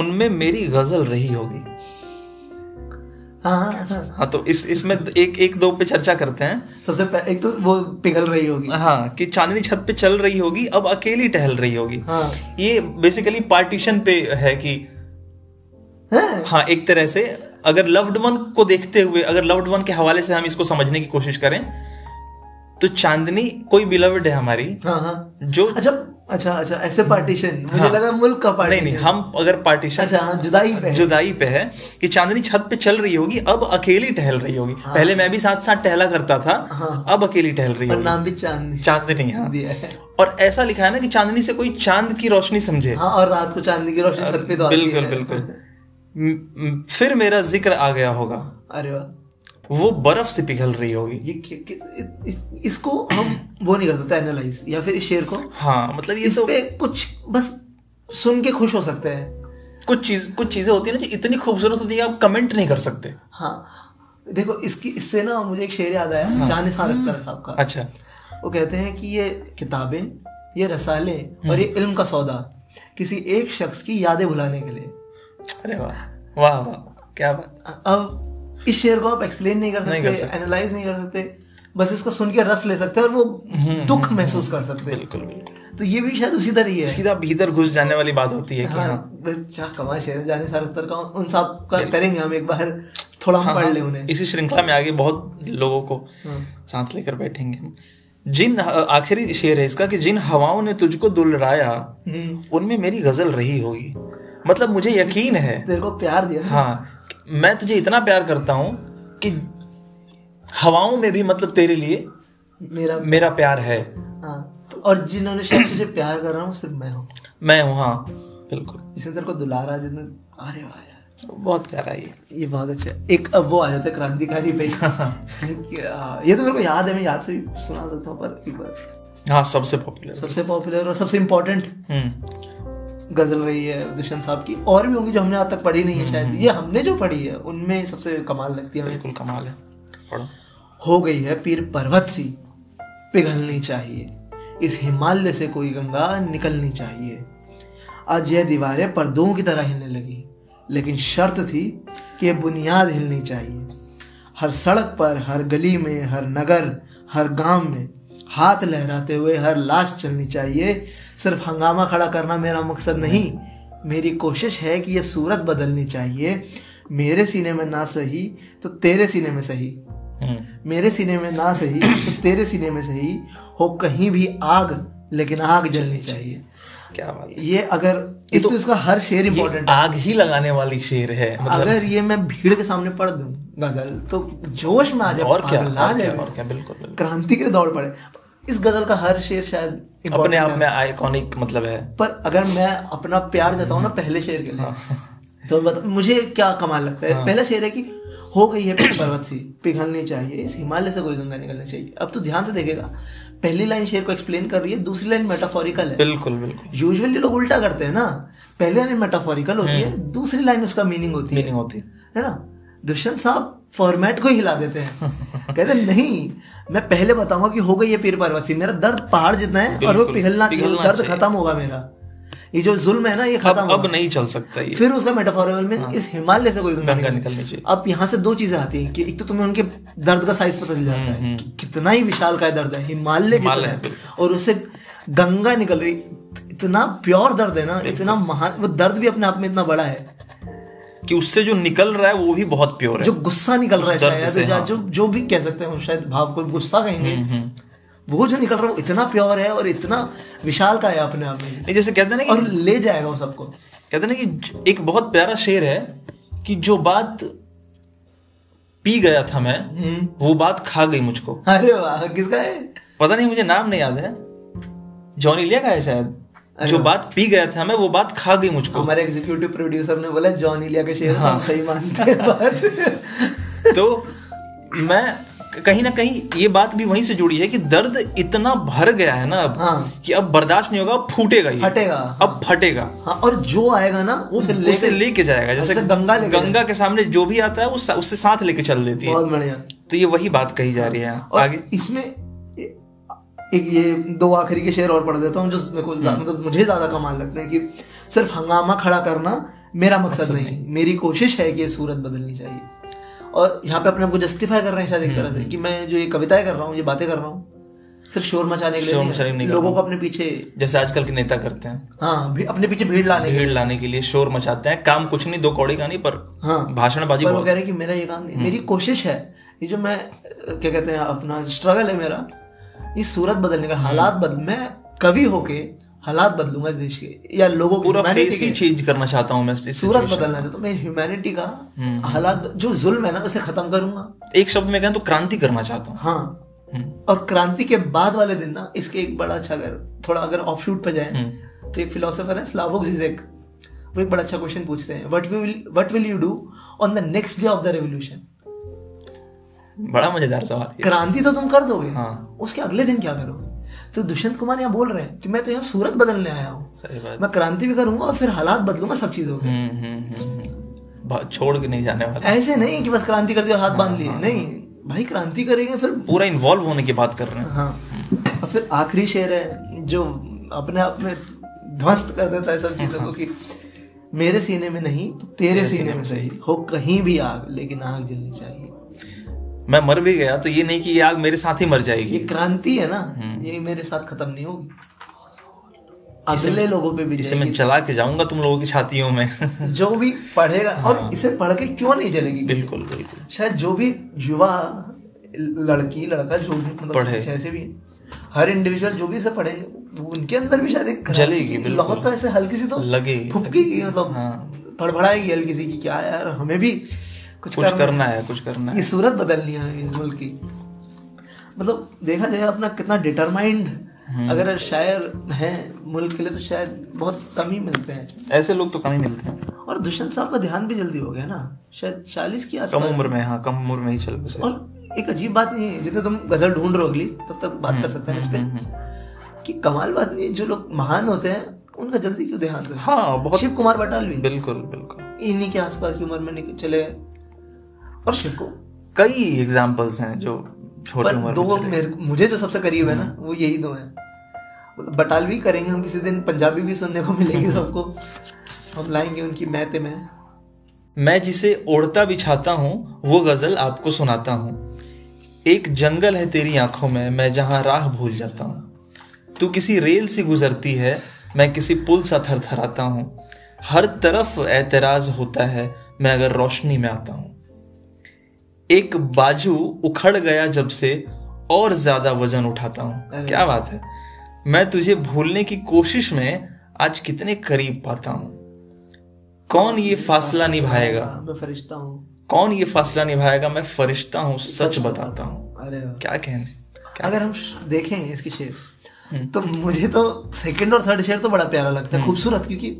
[SPEAKER 2] उनमें मेरी गजल रही होगी
[SPEAKER 1] हाँ हाँ हाँ
[SPEAKER 2] हाँ तो इस इसमें एक एक दो पे चर्चा करते हैं
[SPEAKER 1] सबसे पह- एक तो वो पिघल रही होगी
[SPEAKER 2] हाँ कि चांदनी छत पे चल रही होगी अब अकेली टहल रही होगी
[SPEAKER 1] हाँ
[SPEAKER 2] ये बेसिकली पार्टीशन पे है कि
[SPEAKER 1] हैं?
[SPEAKER 2] हाँ एक तरह से अगर लव्ड वन को देखते हुए अगर लव्ड वन के हवाले से हम इसको समझने की कोशिश करें तो चांदनी कोई बिलव्ड है हमारी
[SPEAKER 1] हाँ हाँ
[SPEAKER 2] जो
[SPEAKER 1] अच्छा अच्छा अच्छा ऐसे पार्टीशन मुझे लगा मुल्क का
[SPEAKER 2] हाँ। नहीं
[SPEAKER 1] पार्टीशन
[SPEAKER 2] नहीं हम अगर पार्टीशन
[SPEAKER 1] अच्छा हाँ जुदाई पे
[SPEAKER 2] जुदाई पे है कि चांदनी छत पे चल रही होगी अब अकेली टहल रही होगी
[SPEAKER 1] हाँ।
[SPEAKER 2] पहले मैं भी साथ साथ टहला करता था अब अकेली टहल रही
[SPEAKER 1] पर
[SPEAKER 2] होगी
[SPEAKER 1] नाम भी चांदनी
[SPEAKER 2] चांदनी हाँ
[SPEAKER 1] दिया है
[SPEAKER 2] और ऐसा लिखा है ना कि चांदनी से कोई चांद की रोशनी समझे
[SPEAKER 1] हाँ और रात को चांदनी की रोशनी छत पे तो आती
[SPEAKER 2] बिल्कुल
[SPEAKER 1] है
[SPEAKER 2] बिल्कुल म- म- फिर मेरा जिक्र आ गया होगा
[SPEAKER 1] अरे वाह
[SPEAKER 2] वो बर्फ से पिघल रही होगी
[SPEAKER 1] ये कि, कि, इ, इ, इसको हम वो नहीं कर सकते एनालाइज या फिर इस शेर को
[SPEAKER 2] हाँ मतलब ये
[SPEAKER 1] इस
[SPEAKER 2] तो
[SPEAKER 1] पे कुछ बस सुन के खुश हो सकते हैं
[SPEAKER 2] कुछ चीज कुछ चीजें होती है ना जो इतनी खूबसूरत होती है कि आप कमेंट नहीं कर सकते
[SPEAKER 1] हाँ देखो इसकी इससे ना मुझे एक शेर याद आया जाने सा अख्तर साहब का
[SPEAKER 2] अच्छा
[SPEAKER 1] वो कहते हैं कि ये किताबें ये रसाले और ये इल्म का सौदा किसी एक शख्स की यादें भुलाने के लिए
[SPEAKER 2] अरे वाह वाह वाह क्या बात
[SPEAKER 1] अब इस शेर को आप एक्सप्लेन नहीं कर
[SPEAKER 2] नहीं कर
[SPEAKER 1] सकते एनालाइज नहीं कर सकते बस इसको सुन के रस ले सकते हैं और वो दुख महसूस कर सकते हैं
[SPEAKER 2] बिल्कुल बिल्कुल
[SPEAKER 1] तो ये भी शायद उसी तरह ही है
[SPEAKER 2] सीधा भीतर घुस जाने वाली बात होती है कि
[SPEAKER 1] हाँ बस क्या कमाल शेर है जाने सारे अख्तर का उन सब का करेंगे हम एक बार थोड़ा हम पढ़ ले उन्हें हाँ।
[SPEAKER 2] इसी श्रृंखला में आगे बहुत लोगों को साथ लेकर बैठेंगे हम। जिन आखिरी शेर है इसका कि जिन हवाओं ने तुझको दुलराया
[SPEAKER 1] हम्म,
[SPEAKER 2] उनमें मेरी गजल रही होगी मतलब मुझे यकीन है
[SPEAKER 1] तेरे को प्यार दिया ना?
[SPEAKER 2] हाँ मैं तुझे इतना प्यार करता हूँ कि हवाओं में भी मतलब तेरे लिए
[SPEAKER 1] मेरा
[SPEAKER 2] मेरा प्यार है
[SPEAKER 1] हाँ और जिन्होंने शायद तुझे प्यार कर रहा हूँ सिर्फ मैं हूँ
[SPEAKER 2] मैं हूँ हाँ बिल्कुल
[SPEAKER 1] जिसने तेरे को दुलारा जिसने अरे वाह यार
[SPEAKER 2] बहुत प्यारा ये
[SPEAKER 1] ये बहुत अच्छा है। एक अब वो आ जाता है क्रांतिकारी पे क्या- ये तो मेरे को याद है मैं याद से भी सुना सकता हूँ पर एक बार
[SPEAKER 2] हाँ सबसे पॉपुलर
[SPEAKER 1] सबसे पॉपुलर और सबसे इम्पोर्टेंट
[SPEAKER 2] हम्म
[SPEAKER 1] गजल रही है दुष्यंत साहब की और भी होंगी जो हमने आज तक पढ़ी नहीं है शायद ये हमने जो पढ़ी है उनमें सबसे कमाल लगती है हमें
[SPEAKER 2] बिल्कुल कमाल है पढ़ो
[SPEAKER 1] हो गई है पीर पर्वत सी पिघलनी चाहिए इस हिमालय से कोई गंगा निकलनी चाहिए आज यह दीवारें पर्दों की तरह हिलने लगी लेकिन शर्त थी कि ये बुनियाद हिलनी चाहिए हर सड़क पर हर गली में हर नगर हर गांव में हाथ लहराते हुए हर लाश चलनी चाहिए सिर्फ हंगामा खड़ा करना मेरा मकसद नहीं मेरी कोशिश है कि यह सूरत बदलनी चाहिए मेरे सीने में ना सही तो तेरे सीने में सही
[SPEAKER 2] हम्म
[SPEAKER 1] मेरे सीने में ना सही तो तेरे सीने में सही हो कहीं भी आग लेकिन आग जलनी चाहिए
[SPEAKER 2] क्या बात है
[SPEAKER 1] ये अगर ये तो इसका हर शेर
[SPEAKER 2] ये
[SPEAKER 1] इम्पोर्टेंट
[SPEAKER 2] आग ही लगाने वाली शेर है मतलब
[SPEAKER 1] अगर ये मैं भीड़ के सामने पढ़ दूं गजल तो जोश में आ जाए
[SPEAKER 2] और क्या
[SPEAKER 1] पागल आ
[SPEAKER 2] और क्या
[SPEAKER 1] जाए
[SPEAKER 2] और क्या बिल्कुल बिल्कुल
[SPEAKER 1] क्रांति के लिए दौड़ पड़े इस गजल का हर शेर शायद
[SPEAKER 2] अपने आप में आइकॉनिक मतलब है
[SPEAKER 1] पर अगर मैं अपना प्यार देता हूँ ना पहले शेर के लिए तो बता मुझे क्या कमाल लगता है पहला शेर है कि हो गई है पर्वत सी पिघलनी चाहिए इस हिमालय से कोई गंगा निकलनी चाहिए अब तो ध्यान से देखेगा पहली लाइन शेर को एक्सप्लेन कर रही है दूसरी लाइन मेटाफोरिकल है
[SPEAKER 2] बिल्कुल बिल्कुल
[SPEAKER 1] यूजुअली लोग उल्टा करते हैं ना पहली लाइन मेटाफोरिकल होती है दूसरी लाइन उसका मीनिंग होती है
[SPEAKER 2] मीनिंग होती है।
[SPEAKER 1] है ना दुष्यंत साहब फॉर्मेट को ही हिला देते हैं कहते हैं, नहीं मैं पहले बताऊंगा कि हो गई ये पीर पर्वत सी मेरा दर्द पहाड़ जितना है और वो पिघलना चाहिए
[SPEAKER 2] पिघलना
[SPEAKER 1] दर्द खत्म होगा मेरा ये जो जुल्म है ना ये
[SPEAKER 2] अब
[SPEAKER 1] खत्म
[SPEAKER 2] अब
[SPEAKER 1] होगा
[SPEAKER 2] नहीं चल सकता ये
[SPEAKER 1] फिर उसका मेटाफोरिकल में इस हिमालय से कोई गंगा
[SPEAKER 2] गंगा
[SPEAKER 1] निकल-
[SPEAKER 2] निकलनी चाहिए
[SPEAKER 1] अब यहाँ से दो चीजें आती हैं कि एक तो तुम्हें उनके दर्द का साइज पता चल जाता है कि कितना ही विशाल का दर्द है हिमालय जितना
[SPEAKER 2] हम्म, हिमालय,
[SPEAKER 1] है और उससे गंगा निकल रही इतना प्योर दर्द है ना इतना महान वो दर्द भी अपने आप में इतना बड़ा है
[SPEAKER 2] कि उससे जो निकल रहा है वो भी बहुत प्योर है
[SPEAKER 1] जो गुस्सा निकल रहा है
[SPEAKER 2] दर्द
[SPEAKER 1] शायद
[SPEAKER 2] से,
[SPEAKER 1] या
[SPEAKER 2] हाँ। हम्म,
[SPEAKER 1] जो जो भी कह सकते हैं हम शायद भाव को गुस्सा कहेंगे वो जो निकल रहा है वो इतना प्योर है और इतना विशाल का है अपने आप में
[SPEAKER 2] नहीं जैसे कहते हैं ना कि
[SPEAKER 1] और ले जाएगा वो सबको
[SPEAKER 2] कहते हैं ना कि ज- एक बहुत प्यारा शेर है कि जो बात पी गया था मैं
[SPEAKER 1] हम्म।
[SPEAKER 2] वो बात खा गई मुझको
[SPEAKER 1] अरे वाह किसका है
[SPEAKER 2] पता नहीं मुझे नाम नहीं याद है जॉनी लिया का है शायद जो बात पी गया था मैं वो बात खा गई मुझको
[SPEAKER 1] हमारे एग्जीक्यूटिव प्रोड्यूसर ने बोला जॉन इलिया के शेर
[SPEAKER 2] हाँ।
[SPEAKER 1] हम सही मानते हैं बात
[SPEAKER 2] तो मैं क- कहीं ना कहीं ये बात भी वहीं से जुड़ी है कि दर्द इतना भर गया है ना अब
[SPEAKER 1] हाँ।
[SPEAKER 2] कि अब बर्दाश्त नहीं होगा अब फूटेगा ये
[SPEAKER 1] फटेगा
[SPEAKER 2] अब फटेगा
[SPEAKER 1] हाँ और जो आएगा ना उसे ले
[SPEAKER 2] उसे लेके जाएगा जैसे
[SPEAKER 1] अच्छा, गंगा लेके
[SPEAKER 2] गंगा के सामने जो भी आता है उस, उससे साथ लेके चल देती है
[SPEAKER 1] बहुत बढ़िया
[SPEAKER 2] तो ये वही बात कही जा रही है
[SPEAKER 1] और
[SPEAKER 2] आगे
[SPEAKER 1] इसमें ए- एक ये दो आखिरी के शेर और पढ़ देता हूँ जो मेरे को
[SPEAKER 2] हम्म।
[SPEAKER 1] ज्या- मतलब मुझे ज्यादा कमाल लगते हैं कि सिर्फ हंगामा खड़ा करना मेरा मकसद नहीं, मेरी कोशिश है कि ये सूरत बदलनी चाहिए और यहाँ पे अपने आपको जस्टिफाई कर रहे हैं शायद एक
[SPEAKER 2] हम्म।
[SPEAKER 1] तरह से कि मैं जो ये कविताएं कर रहा हूँ ये बातें कर रहा हूँ सिर्फ शोर मचाने के लिए
[SPEAKER 2] शोर
[SPEAKER 1] नहीं है।
[SPEAKER 2] मचाने के लिए नहीं कर
[SPEAKER 1] लोगों को अपने पीछे
[SPEAKER 2] जैसे आजकल के नेता करते हैं
[SPEAKER 1] हाँ भी- अपने पीछे भीड़ लाने के लिए
[SPEAKER 2] भीड़ लाने के लिए शोर मचाते हैं काम कुछ नहीं दो कौड़ी कहानी पर
[SPEAKER 1] हाँ
[SPEAKER 2] भाषणबाजी
[SPEAKER 1] पर वो
[SPEAKER 2] बहुत हम्म।
[SPEAKER 1] कह रहे हैं कि मेरा ये काम नहीं मेरी कोशिश है ये जो मैं अ, क्या कहते हैं अपना स्ट्रगल है मेरा ये सूरत बदलने का हालात
[SPEAKER 2] हम्म।
[SPEAKER 1] बदल मैं कवि होके हालात बदलूंगा इस देश के या लोगों की
[SPEAKER 2] पूरा
[SPEAKER 1] humanity
[SPEAKER 2] फेस ही चेंज करना चाहता हूँ मैं इस- इस
[SPEAKER 1] सूरत बदलना है तो मैं ह्यूमैनिटी का
[SPEAKER 2] हम्म,
[SPEAKER 1] हालात जो जुल्म है ना उसे खत्म करूंगा
[SPEAKER 2] एक शब्द में कहें तो क्रांति करना चाहता हूँ
[SPEAKER 1] हाँ
[SPEAKER 2] हम्म।
[SPEAKER 1] और क्रांति के बाद वाले दिन ना इसके एक बड़ा अच्छा अगर थोड़ा अगर ऑफ शूट पे जाए
[SPEAKER 2] हम्म।
[SPEAKER 1] तो एक फिलोसोफर है स्लावोक जिजेक वो एक बड़ा अच्छा क्वेश्चन पूछते हैं what will what will you do on the next day of the revolution
[SPEAKER 2] बड़ा मजेदार सवाल है
[SPEAKER 1] क्रांति तो तुम कर दोगे
[SPEAKER 2] हाँ।
[SPEAKER 1] उसके अगले दिन क्या करोगे तो दुष्यंत कुमार यहाँ बोल रहे हैं कि मैं तो यहाँ सूरत बदलने आया हूँ
[SPEAKER 2] सही बात
[SPEAKER 1] मैं क्रांति भी करूंगा और फिर हालात बदलूंगा सब चीजों के
[SPEAKER 2] हम्म, हम्म, हम्म, हम्म। बहुत छोड़ के नहीं जाने वाला
[SPEAKER 1] ऐसे नहीं कि बस क्रांति कर दी और हाथ बांध लिए नहीं भाई क्रांति करेंगे फिर
[SPEAKER 2] पूरा इन्वॉल्व होने की बात कर रहे हैं
[SPEAKER 1] हाँ और फिर आखिरी शेर है जो अपने आप में ध्वस्त कर देता है सब चीजों को कि मेरे सीने में नहीं तो तेरे हाँ। सीने में सही हो कहीं भी आग लेकिन आग जलनी चाहिए
[SPEAKER 2] मैं मर भी गया तो ये नहीं कि ये आग मेरे साथ ही मर जाएगी
[SPEAKER 1] ये हम्म। क्रांति है ना ये मेरे साथ खत्म नहीं होगी अगले लोगों पे भी
[SPEAKER 2] इसे मैं चला के जाऊंगा तुम लोगों की छातियों में
[SPEAKER 1] जो भी पढ़ेगा
[SPEAKER 2] हाँ।
[SPEAKER 1] और इसे पढ़ के क्यों नहीं चलेगी
[SPEAKER 2] बिल्कुल बिल्कुल
[SPEAKER 1] शायद जो भी युवा लड़की लड़का जो भी मतलब
[SPEAKER 2] पढ़े।
[SPEAKER 1] जैसे भी है, हर इंडिविजुअल जो भी इसे पढ़ेंगे वो उनके अंदर भी शायद एक
[SPEAKER 2] जलेगी, बिल्कुल।
[SPEAKER 1] लौह तो ऐसे हल्की सी तो
[SPEAKER 2] लगेगी, हाँ।
[SPEAKER 1] फुपकेगी मतलब फड़फड़ाएगी हल्की सी कि क्या यार हमें भी कुछ
[SPEAKER 2] कुछ करना है कुछ करना है
[SPEAKER 1] ये सूरत बदलनी है इस मुल्क की मतलब देखा जाए अपना कितना डिटरमाइंड
[SPEAKER 2] हम्म।
[SPEAKER 1] अगर शायर हैं मुल्क के लिए तो शायद बहुत कम ही मिलते हैं
[SPEAKER 2] ऐसे लोग तो कम ही मिलते हैं
[SPEAKER 1] और दुष्यंत साहब का ध्यान भी जल्दी हो गया ना शायद चालीस की
[SPEAKER 2] कम
[SPEAKER 1] आसपास
[SPEAKER 2] उम्र में हाँ कम उम्र में ही चल बसे
[SPEAKER 1] और एक अजीब बात नहीं है जितने तुम गजल ढूंढ रहे हो अगली तब तक बात कर सकते हैं इस
[SPEAKER 2] हम्म,
[SPEAKER 1] पे कि कमाल बात नहीं है जो लोग महान होते हैं उनका जल्दी क्यों देहांत हो
[SPEAKER 2] हाँ बहुत
[SPEAKER 1] शिव कुमार बटालवी
[SPEAKER 2] बिल्कुल बिल्कुल
[SPEAKER 1] इन्हीं के आसपास की उम्र में निकल चले गए। और शिव को
[SPEAKER 2] कई एग्जाम्पल्स हैं जो छोटी
[SPEAKER 1] पर
[SPEAKER 2] उम्र हम्म।
[SPEAKER 1] दो मेरे मुझे जो सबसे करीब है ना वो यही दो हैं मतलब बटालवी करेंगे हम किसी दिन पंजाबी भी सुनने को मिलेगी सबको हम लाएंगे उनकी मैते में
[SPEAKER 2] मैं जिसे ओढ़ता बिछाता हूँ वो गजल आपको सुनाता हूँ एक जंगल है तेरी आंखों में मैं जहाँ राह भूल जाता हूँ तू किसी रेल सी गुजरती है मैं किसी पुल सा थर थराता हूँ हर तरफ एतराज होता है मैं अगर रोशनी में आता हूँ एक बाजू उखड़ गया जब से और ज्यादा वजन उठाता हूँ क्या बात है मैं तुझे भूलने की कोशिश में आज कितने करीब पाता हूँ कौन ये फासला निभाएगा
[SPEAKER 1] हाँ, मैं फरिश्ता हूँ
[SPEAKER 2] कौन ये फासला निभाएगा मैं फरिश्ता हूँ सच बताता हूँ
[SPEAKER 1] अरे वाह।
[SPEAKER 2] क्या हम्म। कहने
[SPEAKER 1] अगर हम श- देखें इसके शेर तो मुझे तो सेकंड और थर्ड शेर तो बड़ा प्यारा लगता
[SPEAKER 2] हम्म।
[SPEAKER 1] है खूबसूरत क्योंकि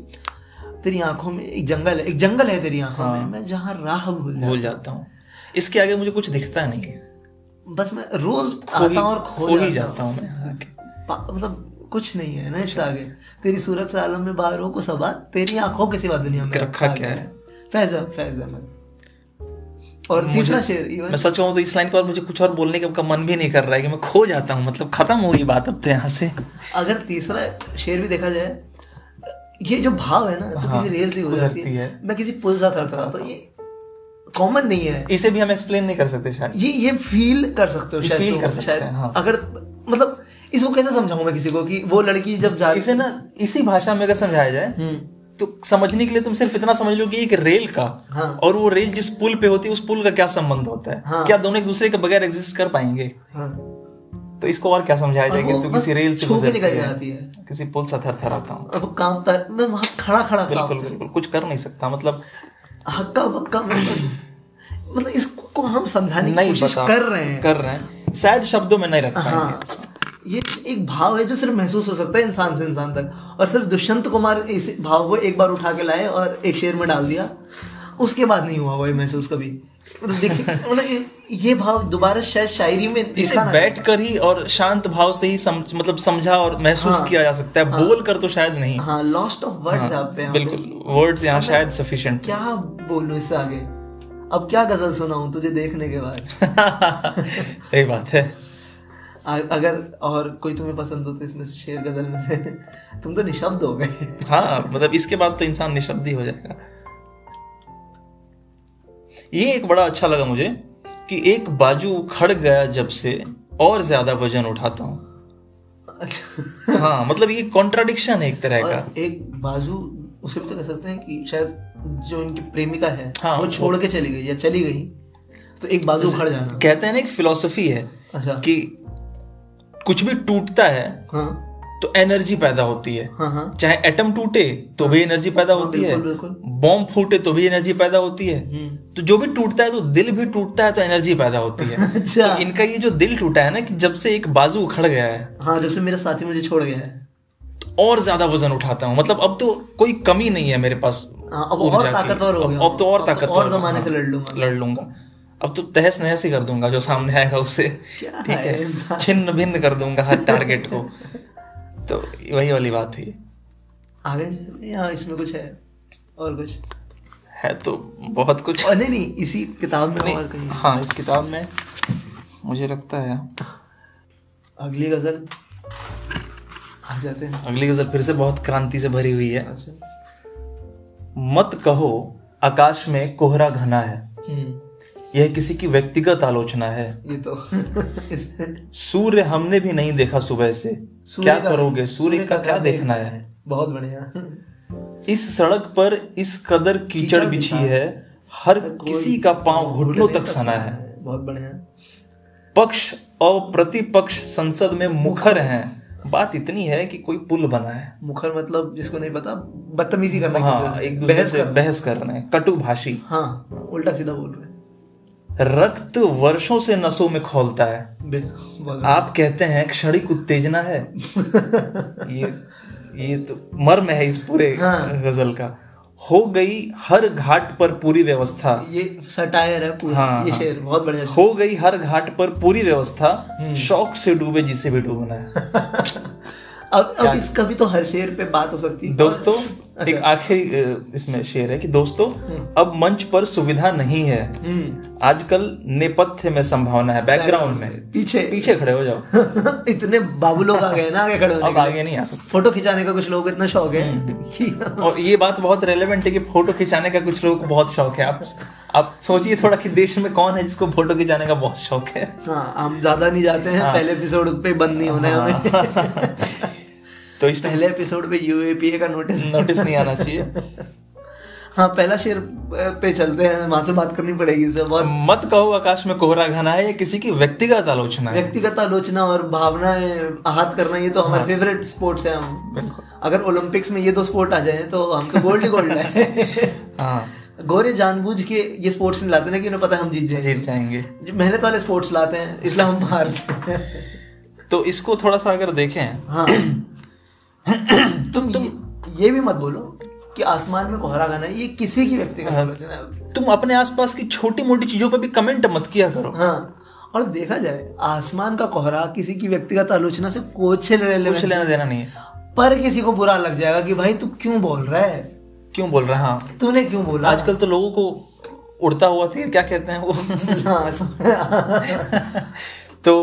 [SPEAKER 1] तेरी आंखों में एक जंगल है एक जंगल है तेरी आंखों
[SPEAKER 2] हाँ।
[SPEAKER 1] में मैं जहाँ राह भूल जाऊं
[SPEAKER 2] भूल जाता हूँ इसके आगे मुझे कुछ दिखता नहीं है
[SPEAKER 1] बस मैं रोज आता हूं और खो
[SPEAKER 2] खो ही
[SPEAKER 1] जाता हूं।
[SPEAKER 2] जाता हूँ मैं हाँ। आगे।
[SPEAKER 1] पा- मतलब कुछ नहीं है ना इससे
[SPEAKER 2] अच्छा।
[SPEAKER 1] आगे तेरी सूरत से आलम में बाहरों को सबा तेरी आंखों के सिवा दुनिया में
[SPEAKER 2] रखा क्या
[SPEAKER 1] गया फैज अहमद- फैज अहमद और तीसरा शेर इवन
[SPEAKER 2] मैं सच कहूँ तो इस लाइन के बाद मुझे कुछ और बोलने का का मन भी नहीं कर रहा है कि मैं खो जाता हूँ मतलब खत्म होगी बात अब तो यहाँ से
[SPEAKER 1] अगर तीसरा शेर भी देखा जाए ये जो भाव है ना तो
[SPEAKER 2] हाँ,
[SPEAKER 1] किसी रेल से हो
[SPEAKER 2] गुजरती
[SPEAKER 1] जाती है
[SPEAKER 2] है।
[SPEAKER 1] मैं किसी पुल से उतरता था तो ये कॉमन नहीं है
[SPEAKER 2] इसे भी हम एक्सप्लेन नहीं कर सकते शायद
[SPEAKER 1] ये ये फील कर सकते हो
[SPEAKER 2] ये
[SPEAKER 1] शायद
[SPEAKER 2] feel
[SPEAKER 1] तुम,
[SPEAKER 2] कर सकते
[SPEAKER 1] शायद
[SPEAKER 2] हैं, हाँ।
[SPEAKER 1] अगर मतलब इसको कैसे समझाऊं मैं किसी को कि वो लड़की जब जा
[SPEAKER 2] इसे ना इसी भाषा में अगर समझाया जाए
[SPEAKER 1] हम्म,
[SPEAKER 2] तो समझने के लिए तुम सिर्फ इतना समझ लो कि एक रेल का
[SPEAKER 1] हाँ।
[SPEAKER 2] और वो रेल जिस पुल पे होती है उस पुल का क्या संबंध होता है
[SPEAKER 1] हाँ।
[SPEAKER 2] क्या दोनों एक दूसरे के बगैर एग्जिस्ट कर पाएंगे
[SPEAKER 1] हाँ।
[SPEAKER 2] तो इसको और क्या समझाया
[SPEAKER 1] और
[SPEAKER 2] जाए कि
[SPEAKER 1] वो
[SPEAKER 2] तो
[SPEAKER 1] बस
[SPEAKER 2] किसी रेल से
[SPEAKER 1] छू के
[SPEAKER 2] गुजरती
[SPEAKER 1] निकल
[SPEAKER 2] है,
[SPEAKER 1] जाती है।
[SPEAKER 2] किसी पुल से थर थराता हूँ
[SPEAKER 1] और वो कांपता है। मैं वहां खड़ा खड़ा
[SPEAKER 2] बिल्कुल
[SPEAKER 1] कांपता
[SPEAKER 2] बिल्कुल कुछ कर नहीं सकता मतलब
[SPEAKER 1] हूं। हक्का बक्का मतलब मतलब इसको हम समझाने की
[SPEAKER 2] नहीं
[SPEAKER 1] कोशिश
[SPEAKER 2] पता।
[SPEAKER 1] कर रहे हैं
[SPEAKER 2] कर रहे हैं शायद शब्दों में नहीं रख
[SPEAKER 1] हाँ
[SPEAKER 2] पाएंगे
[SPEAKER 1] ये एक भाव है जो सिर्फ महसूस हो सकता है इंसान से इंसान तक और सिर्फ दुष्यंत कुमार इस भाव को एक बार उठा के लाए और एक शेर में डाल दिया उसके बाद नहीं हुआ वो ये महसूस कभी मतलब देखिए मतलब ये- ये भाव दोबारा शायद शायरी में
[SPEAKER 2] इसे
[SPEAKER 1] दिखा ना
[SPEAKER 2] बैठ कर ही और शांत भाव से ही सम, मतलब समझा और महसूस
[SPEAKER 1] हाँ।
[SPEAKER 2] किया जा सकता है बोल कर तो शायद नहीं
[SPEAKER 1] हाँ लॉस्ट ऑफ वर्ड्स यहाँ पे हाँ। हम
[SPEAKER 2] बिल्कुल वर्ड्स यहाँ शायद सफिशिएंट
[SPEAKER 1] क्या बोलूं इससे आगे अब क्या गजल सुनाऊं तुझे देखने के बाद
[SPEAKER 2] सही बात है
[SPEAKER 1] आ- अगर और कोई तुम्हें पसंद हो तो इसमें से शेर गजल में से तुम तो निशब्द हो गए
[SPEAKER 2] हाँ मतलब इसके बाद तो इंसान निशब्द ही हो जाएगा ये एक बड़ा अच्छा लगा मुझे कि एक बाजू खड़ गया जब से और ज्यादा वजन उठाता हूँ
[SPEAKER 1] अच्छा
[SPEAKER 2] हाँ मतलब ये कॉन्ट्राडिक्शन है एक तरह का
[SPEAKER 1] और एक बाजू उसे भी तो कह सकते हैं कि शायद जो उनकी प्रेमिका है
[SPEAKER 2] हाँ,
[SPEAKER 1] वो छोड़ के चली गई या चली गई तो एक बाजू उखड़ जाना
[SPEAKER 2] कहते हैं ना एक फिलोसफी है
[SPEAKER 1] अच्छा
[SPEAKER 2] कि कुछ भी टूटता है
[SPEAKER 1] हाँ
[SPEAKER 2] तो एनर्जी पैदा होती है
[SPEAKER 1] हाँ हाँ
[SPEAKER 2] चाहे एटम टूटे तो भी एनर्जी पैदा होती है
[SPEAKER 1] बिल्कुल, बिल्कुल।
[SPEAKER 2] बॉम्ब फूटे तो भी एनर्जी पैदा होती है
[SPEAKER 1] हम्म।
[SPEAKER 2] तो जो भी टूटता है तो दिल भी टूटता है तो एनर्जी पैदा होती है
[SPEAKER 1] अच्छा।
[SPEAKER 2] तो इनका ये जो दिल टूटा है ना कि जब से एक बाजू उखड़ गया है
[SPEAKER 1] हाँ जब से मेरा साथी मुझे छोड़ गया है
[SPEAKER 2] तो और ज्यादा वजन उठाता हूँ मतलब अब तो कोई कमी नहीं है मेरे पास
[SPEAKER 1] हाँ, अब
[SPEAKER 2] ऊर्जा
[SPEAKER 1] और
[SPEAKER 2] की।
[SPEAKER 1] ताकतवर हो
[SPEAKER 2] अब-
[SPEAKER 1] गया
[SPEAKER 2] अब तो और ताकतवर
[SPEAKER 1] और
[SPEAKER 2] हो गया,
[SPEAKER 1] जमाने से
[SPEAKER 2] हाँ,
[SPEAKER 1] लड़ लूंगा
[SPEAKER 2] लड़ लूंगा अब तो तहस नहस ही कर दूंगा जो सामने आएगा उसे
[SPEAKER 1] क्या
[SPEAKER 2] ठीक
[SPEAKER 1] है
[SPEAKER 2] है
[SPEAKER 1] इंसान?
[SPEAKER 2] छिन्न भिन्न कर दूंगा हर टारगेट को तो वही वाली बात है
[SPEAKER 1] आगे यहाँ इसमें कुछ है और कुछ
[SPEAKER 2] है तो बहुत कुछ
[SPEAKER 1] और नहीं नहीं इसी किताब में और कहीं
[SPEAKER 2] हाँ इस किताब में मुझे लगता है
[SPEAKER 1] अगली गजल आ जाते हैं
[SPEAKER 2] अगली गजल फिर से बहुत क्रांति से भरी हुई है
[SPEAKER 1] अच्छा
[SPEAKER 2] मत कहो आकाश में कोहरा घना है
[SPEAKER 1] हम्म,
[SPEAKER 2] यह किसी की व्यक्तिगत आलोचना है
[SPEAKER 1] ये तो इसमें
[SPEAKER 2] सूर्य हमने भी नहीं देखा सुबह से
[SPEAKER 1] सूर्य
[SPEAKER 2] क्या
[SPEAKER 1] का-
[SPEAKER 2] करोगे सूर्य का क्या देखना है
[SPEAKER 1] बहुत बढ़िया
[SPEAKER 2] इस सड़क पर इस कदर कीचड़ बिछी है हर किसी का पांव घुटनों तक सना है
[SPEAKER 1] बहुत बढ़िया
[SPEAKER 2] पक्ष और प्रतिपक्ष संसद में मुखर हैं बात इतनी है कि कोई पुल बना है
[SPEAKER 1] मुखर मतलब जिसको नहीं पता बदतमीजी करना
[SPEAKER 2] हाँ एक दूसरे
[SPEAKER 1] बहस
[SPEAKER 2] से
[SPEAKER 1] कर
[SPEAKER 2] बहस कर रहे हैं कटुभाषी
[SPEAKER 1] हाँ उल्टा सीधा बोल रहे हैं
[SPEAKER 2] रक्त वर्षों से नसों में खोलता है
[SPEAKER 1] बे- बहुत-
[SPEAKER 2] आप कहते हैं क्षणिक उत्तेजना है ये ये तो मर्म है इस पूरे
[SPEAKER 1] हाँ।
[SPEAKER 2] गजल का हो गई हर घाट पर पूरी व्यवस्था
[SPEAKER 1] ये सटायर है पूरा
[SPEAKER 2] हाँ,
[SPEAKER 1] ये
[SPEAKER 2] हाँ।
[SPEAKER 1] शेर बहुत बढ़िया
[SPEAKER 2] हो गई हर घाट पर पूरी व्यवस्था शौक से डूबे जिसे भी डूबना है
[SPEAKER 1] अब अब इसका भी तो हर शेर पे बात हो सकती है
[SPEAKER 2] दोस्तों एक आखिरी अ, इसमें शेर है कि दोस्तों अब मंच पर सुविधा नहीं है हम्म। आजकल नेपथ्य में संभावना है बैकग्राउंड में
[SPEAKER 1] पीछे
[SPEAKER 2] पीछे खड़े हो
[SPEAKER 1] तो
[SPEAKER 2] जाओ
[SPEAKER 1] इतने बाबू लोग आ गए ना आगे खड़े होने
[SPEAKER 2] अब आगे नहीं आ सकते
[SPEAKER 1] के। फोटो खिंचाने का कुछ लोगों को इतना शौक है
[SPEAKER 2] हम्म।
[SPEAKER 1] कि
[SPEAKER 2] और ये बात बहुत रेलेवेंट है कि फोटो खिंचाने का कुछ लोगों को बहुत शौक है आप आप सोचिए थोड़ा कि देश में कौन है जिसको फोटो खिंचाने का बहुत शौक है
[SPEAKER 1] हाँ हम ज्यादा नहीं जाते हैं
[SPEAKER 2] हाँ।
[SPEAKER 1] पहले एपिसोड पे बंद नहीं होना है हमें
[SPEAKER 2] तो इसमें
[SPEAKER 1] पहले एपिसोड पे यूएपीए का नोटिस
[SPEAKER 2] नोटिस नहीं आना चाहिए
[SPEAKER 1] हाँ पहला शेर पे चलते हैं वहां से बात करनी पड़ेगी सर बहुत
[SPEAKER 2] मत कहो आकाश में कोहरा घना है ये किसी की व्यक्तिगत आलोचना है
[SPEAKER 1] व्यक्तिगत आलोचना और भावनाएं आहत करना ये तो हमारे फेवरेट स्पोर्ट्स हैं हम
[SPEAKER 2] बिल्कुल।
[SPEAKER 1] अगर ओलंपिक्स में ये दो स्पोर्ट आ जाए तो हम तो गोल्ड ही गोल्ड है
[SPEAKER 2] हाँ
[SPEAKER 1] गोरे जानबूझ के ये स्पोर्ट्स नहीं लाते ना कि उन्हें पता है हम जीत जाएंगे
[SPEAKER 2] जीत जाएंगे
[SPEAKER 1] जो मेहनत वाले स्पोर्ट्स लाते हैं इसलिए हम हार सकते हैं।
[SPEAKER 2] तो इसको थोड़ा सा अगर देखें
[SPEAKER 1] हाँ तुम तुम ये भी मत बोलो कि आसमान में कोहरा गाना ये किसी की व्यक्तिगत आलोचना है
[SPEAKER 2] तुम अपने आसपास की छोटी मोटी चीजों पर भी कमेंट मत किया करो
[SPEAKER 1] हाँ और देखा जाए आसमान का कोहरा किसी की व्यक्तिगत आलोचना से कुछ
[SPEAKER 2] कुछ
[SPEAKER 1] relevance
[SPEAKER 2] लेना देना नहीं है
[SPEAKER 1] पर किसी को बुरा लग जाएगा कि भाई तू क्यों बोल रहा है
[SPEAKER 2] क्यों बोल रहा है हाँ
[SPEAKER 1] तूने क्यों बोला
[SPEAKER 2] आजकल तो लोगों को उड़ता हुआ तीर क्या कहते हैं वो
[SPEAKER 1] हाँ सम-
[SPEAKER 2] तो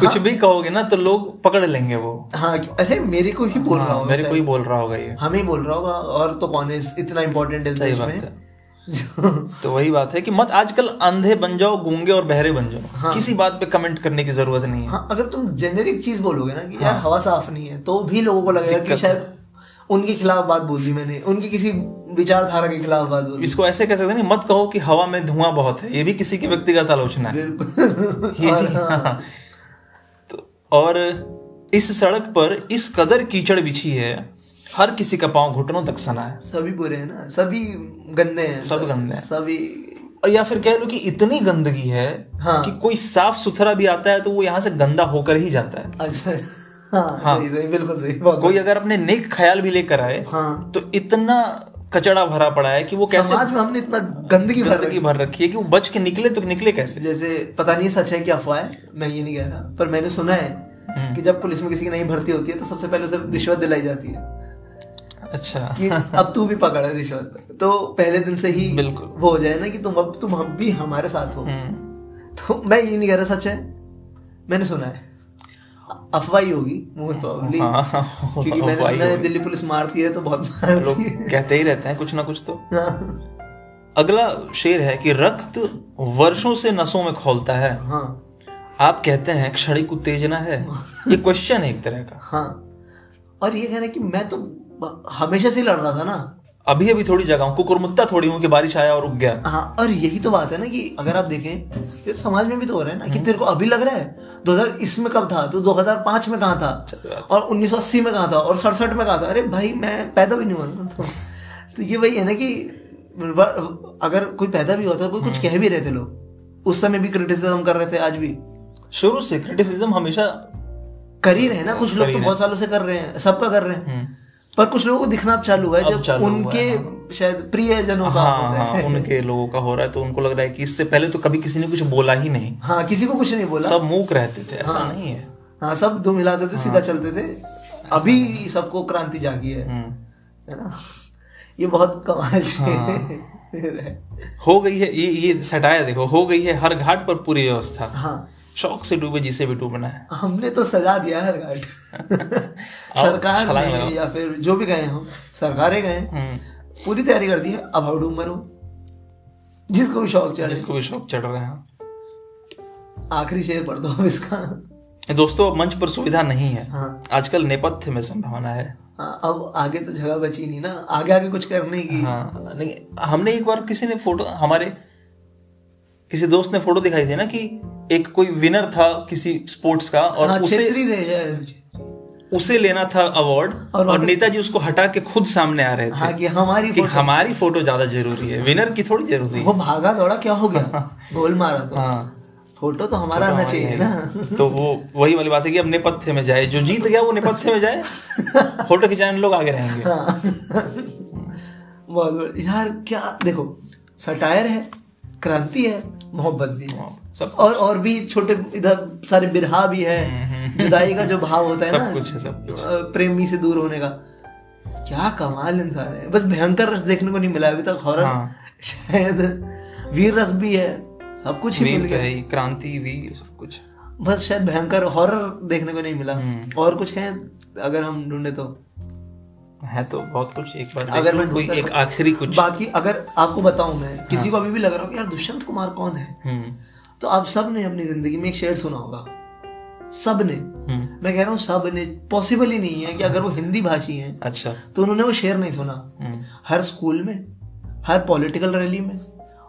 [SPEAKER 2] कुछ भी कहोगे ना तो लोग पकड़ लेंगे वो
[SPEAKER 1] हाँ कि- अरे मेरे को ही बोल रहा
[SPEAKER 2] हाँ,
[SPEAKER 1] हूँ
[SPEAKER 2] मेरे को ही बोल रहा होगा ये
[SPEAKER 1] हमें ही बोल रहा होगा और तो कौन है इस- इतना इम्पोर्टेंट है इस
[SPEAKER 2] सही
[SPEAKER 1] देश
[SPEAKER 2] बात
[SPEAKER 1] में
[SPEAKER 2] है
[SPEAKER 1] जो-
[SPEAKER 2] तो वही बात है कि मत आजकल अंधे बन जाओ गूंगे और बहरे बन जाओ किसी बात पे कमेंट करने की जरूरत नहीं है
[SPEAKER 1] हाँ अगर तुम जेनेरिक चीज बोलोगे ना कि यार हवा साफ नहीं है तो भी लोगों को लगेगा कि शायद उनके खिलाफ बात बोल दी मैंने उनकी किसी विचारधारा के खिलाफ बात बोल दी
[SPEAKER 2] इसको ऐसे कह सकते हैं ना, मत कहो कि हवा में धुआं बहुत है ये भी किसी की व्यक्तिगत आलोचना है
[SPEAKER 1] बिल्कुल
[SPEAKER 2] ये-
[SPEAKER 1] और हाँ,
[SPEAKER 2] हाँ। तो और इस सड़क पर इस कदर कीचड़ बिछी है हर किसी का पांव घुटनों तक सना है
[SPEAKER 1] सभी बुरे हैं ना सभी गंदे हैं
[SPEAKER 2] सब गंदे हैं।
[SPEAKER 1] सभी
[SPEAKER 2] और या फिर कह लो कि इतनी गंदगी है
[SPEAKER 1] हाँ।
[SPEAKER 2] कि कोई साफ सुथरा भी आता है तो वो यहाँ से गंदा होकर ही जाता है
[SPEAKER 1] अच्छा हाँ, सही सही बिल्कुल सही बहुत
[SPEAKER 2] कोई अगर अपने नेक ख्याल भी लेकर आए
[SPEAKER 1] हाँ
[SPEAKER 2] तो इतना कचड़ा भरा पड़ा है कि वो कैसे
[SPEAKER 1] समाज में हमने इतना गंदगी भर
[SPEAKER 2] गंदगी भर रखी है कि वो बच के निकले तो निकले कैसे
[SPEAKER 1] जैसे पता नहीं सच है कि अफवाह है मैं ये नहीं कह रहा पर मैंने सुना
[SPEAKER 2] हम्म।
[SPEAKER 1] है कि जब पुलिस में किसी की नई भर्ती होती है तो सबसे पहले उसे रिश्वत दिलाई जाती है
[SPEAKER 2] अच्छा
[SPEAKER 1] कि अब तू भी पकड़ है रिश्वत तो पहले दिन से ही
[SPEAKER 2] बिल्कुल।
[SPEAKER 1] वो हो जाए ना कि तुम अब तुम हम भी हमारे साथ हो
[SPEAKER 2] हम्म।
[SPEAKER 1] तो मैं ये नहीं कह रहा सच है मैंने सुना है अफवाह ही होगी मोस्ट प्रोबेबली
[SPEAKER 2] हाँ,
[SPEAKER 1] क्योंकि मैंने
[SPEAKER 2] अफवाह ही
[SPEAKER 1] सुना है
[SPEAKER 2] होगी।
[SPEAKER 1] दिल्ली पुलिस मारती है तो बहुत मारती
[SPEAKER 2] लोग
[SPEAKER 1] है
[SPEAKER 2] कहते ही रहते हैं कुछ ना कुछ तो
[SPEAKER 1] हाँ,
[SPEAKER 2] अगला शेर है कि रक्त वर्षों से नसों में खौलता है
[SPEAKER 1] हाँ
[SPEAKER 2] आप कहते हैं क्षणिक उत्तेजना है ये क्वेश्चन है एक तरह का
[SPEAKER 1] हाँ और ये कहना कि मैं तो ब- हमेशा से ही लड़ रहा था ना
[SPEAKER 2] अभी अभी थोड़ी जगह हूँ कुकुरमुत्ता थोड़ी हूँ कि बारिश आया और रुक गया
[SPEAKER 1] हाँ और यही तो बात है ना कि अगर आप देखें तो ये समाज में भी तो हो रहा है ना कि तेरे को अभी लग रहा है 2020 में कब था तो 2005 में कहाँ था और 1980 में कहाँ था और सड़सठ में कहाँ था अरे भाई मैं पैदा भी नहीं हुआ ना तो, तो ये वही है ना कि व- अगर कोई पैदा भी होता कोई कुछ कह भी रहे थे लोग उस समय भी क्रिटिसिज्म कर रहे थे आज भी
[SPEAKER 2] शुरू से क्रिटिसिज्म हमेशा
[SPEAKER 1] कर ही रहे ना कुछ लोग तो बहुत सालों से कर रहे हैं सबका कर रहे हैं पर कुछ लोगों को दिखना अब चालू हुआ है
[SPEAKER 2] हम्म। अब चालू
[SPEAKER 1] जब
[SPEAKER 2] हुआ है,
[SPEAKER 1] उनके शायद प्रियजनों का
[SPEAKER 2] हाँ
[SPEAKER 1] होता
[SPEAKER 2] हाँ
[SPEAKER 1] है
[SPEAKER 2] उनके लोगों का हो रहा है तो उनको लग रहा है कि इससे पहले तो कभी किसी ने कुछ बोला ही नहीं
[SPEAKER 1] हाँ किसी को कुछ नहीं बोला
[SPEAKER 2] सब मूक रहते थे ऐसा नहीं है
[SPEAKER 1] हाँ सब दो मिलाते थे सीधा चलते थे अभी सबको क्रांति जागी है
[SPEAKER 2] हाँ। हम्म।
[SPEAKER 1] है ना ये बहुत कमाल
[SPEAKER 2] हाँ।
[SPEAKER 1] शेर है
[SPEAKER 2] हो गई है ये ये सटाया देखो हो गई है हर घाट पर पूरी व्यवस्था
[SPEAKER 1] हाँ
[SPEAKER 2] शौक से डूबे जिसे भी डूबना है
[SPEAKER 1] हमने तो सजा दिया है हर घाट सरकार
[SPEAKER 2] छलांग
[SPEAKER 1] ने
[SPEAKER 2] लगाओ।
[SPEAKER 1] या फिर जो भी गए हम सरकारें गए हैं,
[SPEAKER 2] हम्म,
[SPEAKER 1] पूरी तैयारी कर दी है अब हड़ू मरो जिसको भी शौक चढ़े
[SPEAKER 2] जिसको भी शौक चढ़ रहा है
[SPEAKER 1] आखिरी शेर पढ़ दो अब इसका
[SPEAKER 2] दोस्तों अब मंच पर सुविधा नहीं है
[SPEAKER 1] हाँ
[SPEAKER 2] आजकल नेपथ्य में संभावना है
[SPEAKER 1] हाँ, अब आगे तो जगह बची नहीं ना आगे आगे कुछ करने की
[SPEAKER 2] हाँ नहीं हमने एक बार किसी ने फोटो हमारे किसी दोस्त ने फोटो दिखाई थी ना कि एक कोई विनर था किसी स्पोर्ट्स का और
[SPEAKER 1] हाँ
[SPEAKER 2] उसे अच्छा।
[SPEAKER 1] क्षेत्री थे यार।
[SPEAKER 2] उसे लेना था अवार्ड और, नेताजी उसको हटा के खुद सामने आ रहे थे
[SPEAKER 1] हाँ कि हमारी
[SPEAKER 2] कि हमारी फोटो ज्यादा जरूरी है विनर की थोड़ी जरूरी है
[SPEAKER 1] वो भागा दौड़ा क्या हो गया गोल मारा तो
[SPEAKER 2] हाँ
[SPEAKER 1] फोटो तो हमारा आना चाहिए ना
[SPEAKER 2] तो वो वही वाली बात है कि अब नेपथ्य में जाए जो जीत गया वो नेपथ्य में जाए फोटो खिंचाने लोग आगे रहेंगे
[SPEAKER 1] हाँ। बहुत बढ़िया। यार क्या देखो सटायर है क्रांति है मोहब्बत भी है
[SPEAKER 2] सब हम्म,
[SPEAKER 1] और और भी छोटे इधर सारे बिरहा भी है जुदाई का जो भाव होता है
[SPEAKER 2] सब
[SPEAKER 1] ना
[SPEAKER 2] कुछ है, सब
[SPEAKER 1] अ, प्रेमी से दूर होने का क्या कमाल इंसान है बस भयंकर रस देखने को नहीं मिला अभी तक हॉरर
[SPEAKER 2] हाँ।
[SPEAKER 1] शायद वीर रस भी है सब कुछ ही मिल
[SPEAKER 2] वीर
[SPEAKER 1] गया
[SPEAKER 2] है, क्रांति वीर सब कुछ
[SPEAKER 1] बस शायद भयंकर हॉरर देखने को नहीं मिला
[SPEAKER 2] हम्म।
[SPEAKER 1] और कुछ है अगर हम ढूंढे तो
[SPEAKER 2] है तो बहुत कुछ एक बार
[SPEAKER 1] अगर
[SPEAKER 2] अगर
[SPEAKER 1] मैं
[SPEAKER 2] कोई
[SPEAKER 1] ढूंढता तो-
[SPEAKER 2] एक आखिरी कुछ हाँ।
[SPEAKER 1] बाकी अगर आपको बताऊं मैं किसी को अभी भी लग रहा हो कि यार दुष्यंत कुमार कौन है
[SPEAKER 2] हम्म
[SPEAKER 1] तो आप सब ने अपनी जिंदगी में एक शेर सुना होगा सब ने
[SPEAKER 2] हम्म
[SPEAKER 1] मैं कह रहा हूँ सब ने पॉसिबल ही नहीं है कि अगर वो हिंदी भाषी हैं
[SPEAKER 2] अच्छा
[SPEAKER 1] तो उन्होंने वो शेर नहीं सुना
[SPEAKER 2] हम्म
[SPEAKER 1] हर स्कूल में हर पॉलिटिकल रैली में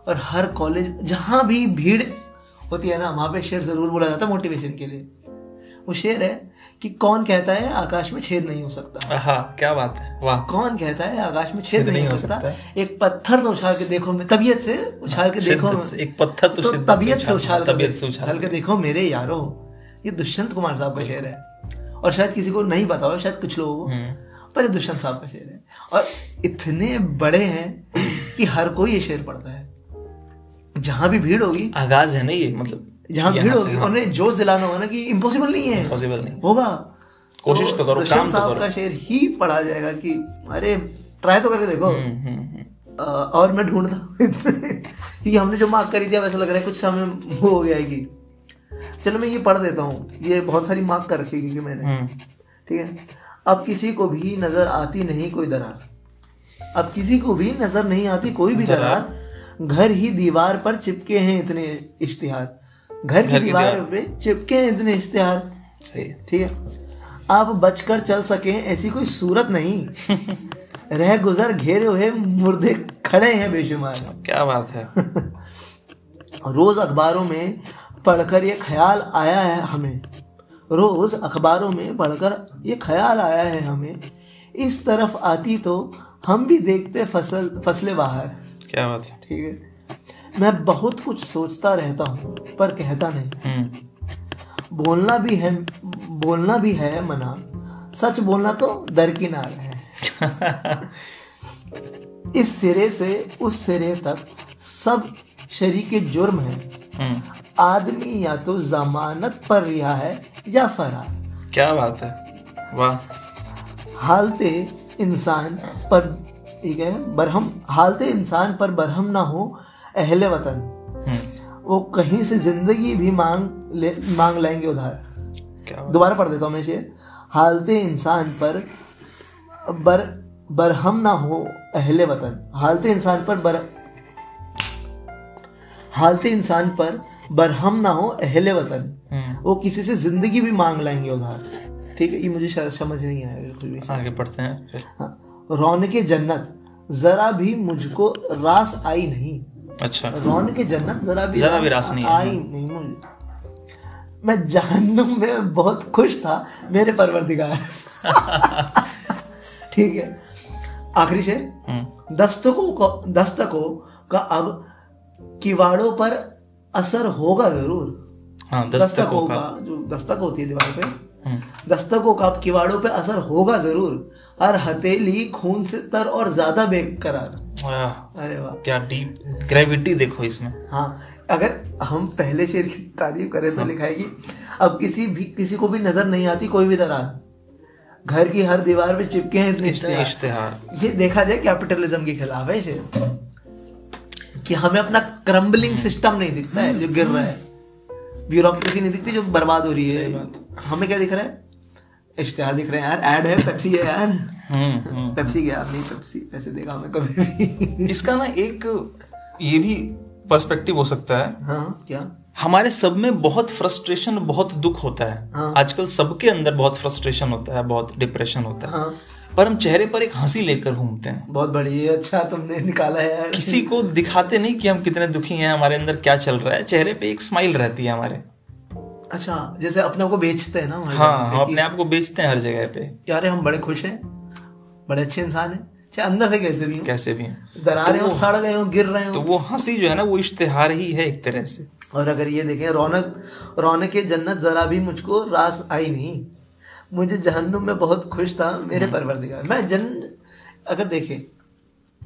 [SPEAKER 1] और हर कॉलेज जहाँ भी भीड़ होती है ना वहाँ पे शेर ज़रूर बोला जाता है मोटिवेशन के लिए वो शेर है कि कौन कहता है आकाश में छेद नहीं हो सकता
[SPEAKER 2] हाँ क्या बात है वाह
[SPEAKER 1] कौन कहता है आकाश में छेद नहीं हो सकता हाँ, एक पत्थर तो उछाल के देखो मैं तबीयत से उछाल के देखो
[SPEAKER 2] शिद्दत से, एक पत्थर तो
[SPEAKER 1] तो
[SPEAKER 2] शिद्दत से
[SPEAKER 1] तबीयत से
[SPEAKER 2] उछाल-
[SPEAKER 1] उछाल के
[SPEAKER 2] तबीयत
[SPEAKER 1] देखो-
[SPEAKER 2] से उछाल
[SPEAKER 1] उछाल के देखो मेरे यारो ये दुष्यंत कुमार साहब का शेर है और शायद किसी को नहीं पता हो शायद कुछ लोगों
[SPEAKER 2] हम्म।
[SPEAKER 1] को पर ये दुष्यंत साहब का शेर है और इतने बड़े हैं कि हर कोई ये शेर पढ़ता है जहां भी भीड़ होगी
[SPEAKER 2] आगाज है ना ये मतलब
[SPEAKER 1] जहां भीड़ होगी उन्हें जोश दिलाना होगा ना कि इम्पॉसिबल नहीं है
[SPEAKER 2] पॉसिबल नहीं
[SPEAKER 1] होगा
[SPEAKER 2] कोशिश तो करो,
[SPEAKER 1] दुष्यंत
[SPEAKER 2] काम तो
[SPEAKER 1] साहब
[SPEAKER 2] करो।
[SPEAKER 1] का शेर ही पढ़ा जाएगा कि अरे ट्राई तो करके देखो
[SPEAKER 2] हम्म, हम्म,
[SPEAKER 1] अ,
[SPEAKER 2] हम्म।
[SPEAKER 1] और मैं ढूंढता हूँ क्योंकि हमने जो मार्क करी दिया वैसा लग रहा है कुछ समय वो हो गया है कि चलो मैं ये पढ़ देता हूँ ये बहुत सारी मार्क कर रखी है क्योंकि मैंने
[SPEAKER 2] हम्म।
[SPEAKER 1] ठीक है अब किसी को भी नजर आती नहीं कोई दरार अब किसी को भी नजर नहीं आती कोई भी दरार घर ही दीवार पर चिपके हैं इतने इश्तिहार घर की दीवार पे चिपके हैं इतने इश्तिहार
[SPEAKER 2] सही है
[SPEAKER 1] ठीक है आप बचकर चल सके ऐसी कोई सूरत नहीं रह गुजर घेरे हुए मुर्दे खड़े हैं बेशुमार
[SPEAKER 2] क्या बात है
[SPEAKER 1] रोज अखबारों में पढ़कर ये ख्याल आया है हमें रोज अखबारों में पढ़कर ये ख्याल आया है हमें इस तरफ आती तो हम भी देखते फसल फसले बाहर
[SPEAKER 2] क्या बात है
[SPEAKER 1] ठीक है मैं बहुत कुछ सोचता रहता हूँ पर कहता नहीं
[SPEAKER 2] हम्म,
[SPEAKER 1] बोलना भी है बोलना भी है मना सच बोलना तो दरकिनार है इस सिरे से उस सिरे तक सब शरीके जुर्म है
[SPEAKER 2] हम्म,
[SPEAKER 1] आदमी या तो जमानत पर रिहा है या फरार
[SPEAKER 2] क्या बात है वाह
[SPEAKER 1] हालते इंसान पर ठीक है बरहम हालते इंसान पर बरहम ना हो अहले वतन
[SPEAKER 2] हम्म,
[SPEAKER 1] वो कहीं से जिंदगी भी मांग ले मांग लेंगे उधार
[SPEAKER 2] क्या बात
[SPEAKER 1] दोबारा पढ़ देता हूँ मैं शेर हालते इंसान पर बर बरहम ना हो अहले वतन हालते इंसान पर बर हालते इंसान पर बरहम ना हो अहले वतन
[SPEAKER 2] हम्म,
[SPEAKER 1] वो किसी से जिंदगी भी मांग लाएंगे उधार ठीक है ये मुझे शायद समझ नहीं आया बिल्कुल भी
[SPEAKER 2] आगे पढ़ते हैं फिर
[SPEAKER 1] हाँ रौनक जन्नत जरा भी मुझको रास आई नहीं
[SPEAKER 2] अच्छा
[SPEAKER 1] रौनक जन्नत जरा भी
[SPEAKER 2] जरा भी रास नहीं
[SPEAKER 1] आई नहीं मुझे मैं जहन्नुम में बहुत खुश था मेरे परवरदिगार ठीक है आखिरी शेर
[SPEAKER 2] हम्म,
[SPEAKER 1] दस्तकों को दस्तकों का अब किवाड़ों पर असर होगा जरूर
[SPEAKER 2] हाँ दस्तकों का
[SPEAKER 1] जो दस्तक होती है दीवार पे
[SPEAKER 2] हम्म,
[SPEAKER 1] दस्तकों का अब किवाड़ों पे असर होगा जरूर हर हथेली खून से तर और ज्यादा बेकरार
[SPEAKER 2] वाह
[SPEAKER 1] अरे वाह
[SPEAKER 2] क्या डीप ग्रेविटी देखो इसमें
[SPEAKER 1] हाँ अगर हम पहले शेर की तारीफ करें तो लिखा है कि अब किसी भी किसी को भी नजर नहीं आती कोई भी दरार घर की हर दीवार पे चिपके हैं इतने
[SPEAKER 2] इतने
[SPEAKER 1] इश्तेहार
[SPEAKER 2] इश्तेहार
[SPEAKER 1] ये देखा जाए कैपिटलिज्म के खिलाफ है शेर कि हमें अपना क्रम्बलिंग सिस्टम नहीं दिखता है जो गिर रहा है ब्यूरोक्रेसी नहीं दिखती जो बर्बाद हो रही है हमें क्या दिख रहा है इश्तेहार दिख रहे हैं यार ऐड है पेप्सी है यार
[SPEAKER 2] हम्म, हम्म।
[SPEAKER 1] पेप्सी गया आपने पेप्सी पैसे देगा हमें कभी भी
[SPEAKER 2] इसका ना एक ये भी पर्सपेक्टिव हो सकता है
[SPEAKER 1] हाँ क्या
[SPEAKER 2] हमारे सब में बहुत फ्रस्ट्रेशन बहुत दुख होता है
[SPEAKER 1] हाँ।
[SPEAKER 2] आजकल सबके अंदर बहुत फ्रस्ट्रेशन होता है बहुत डिप्रेशन होता है
[SPEAKER 1] हाँ
[SPEAKER 2] पर हम चेहरे पर एक हंसी लेकर घूमते हैं
[SPEAKER 1] बहुत बढ़िया अच्छा तुमने निकाला है यार
[SPEAKER 2] किसी को दिखाते नहीं कि हम कितने दुखी हैं हमारे अंदर क्या चल रहा है चेहरे पे एक स्माइल रहती है हमारे
[SPEAKER 1] अच्छा जैसे अपने को बेचते हैं ना हमारे
[SPEAKER 2] हाँ
[SPEAKER 1] यहाँ पे
[SPEAKER 2] हम
[SPEAKER 1] कि
[SPEAKER 2] अपने आप को बेचते हैं हर जगह पे
[SPEAKER 1] क्या रे हम बड़े खुश हैं बड़े अच्छे इंसान हैं चाहे अंदर से कैसे भी हों
[SPEAKER 2] कैसे भी
[SPEAKER 1] दरारे हो सड़ गए हो गिर रहे हो
[SPEAKER 2] तो वो हंसी जो है ना वो इश्तेहार ही है एक तरह से
[SPEAKER 1] और अगर ये देखें रौनक रौनक के जन्नत जरा भी मुझको रास आई नहीं मुझे जहन्नुम में बहुत खुश था मेरे
[SPEAKER 2] हम्म।
[SPEAKER 1] परवरदिगार मैं जन अगर देखें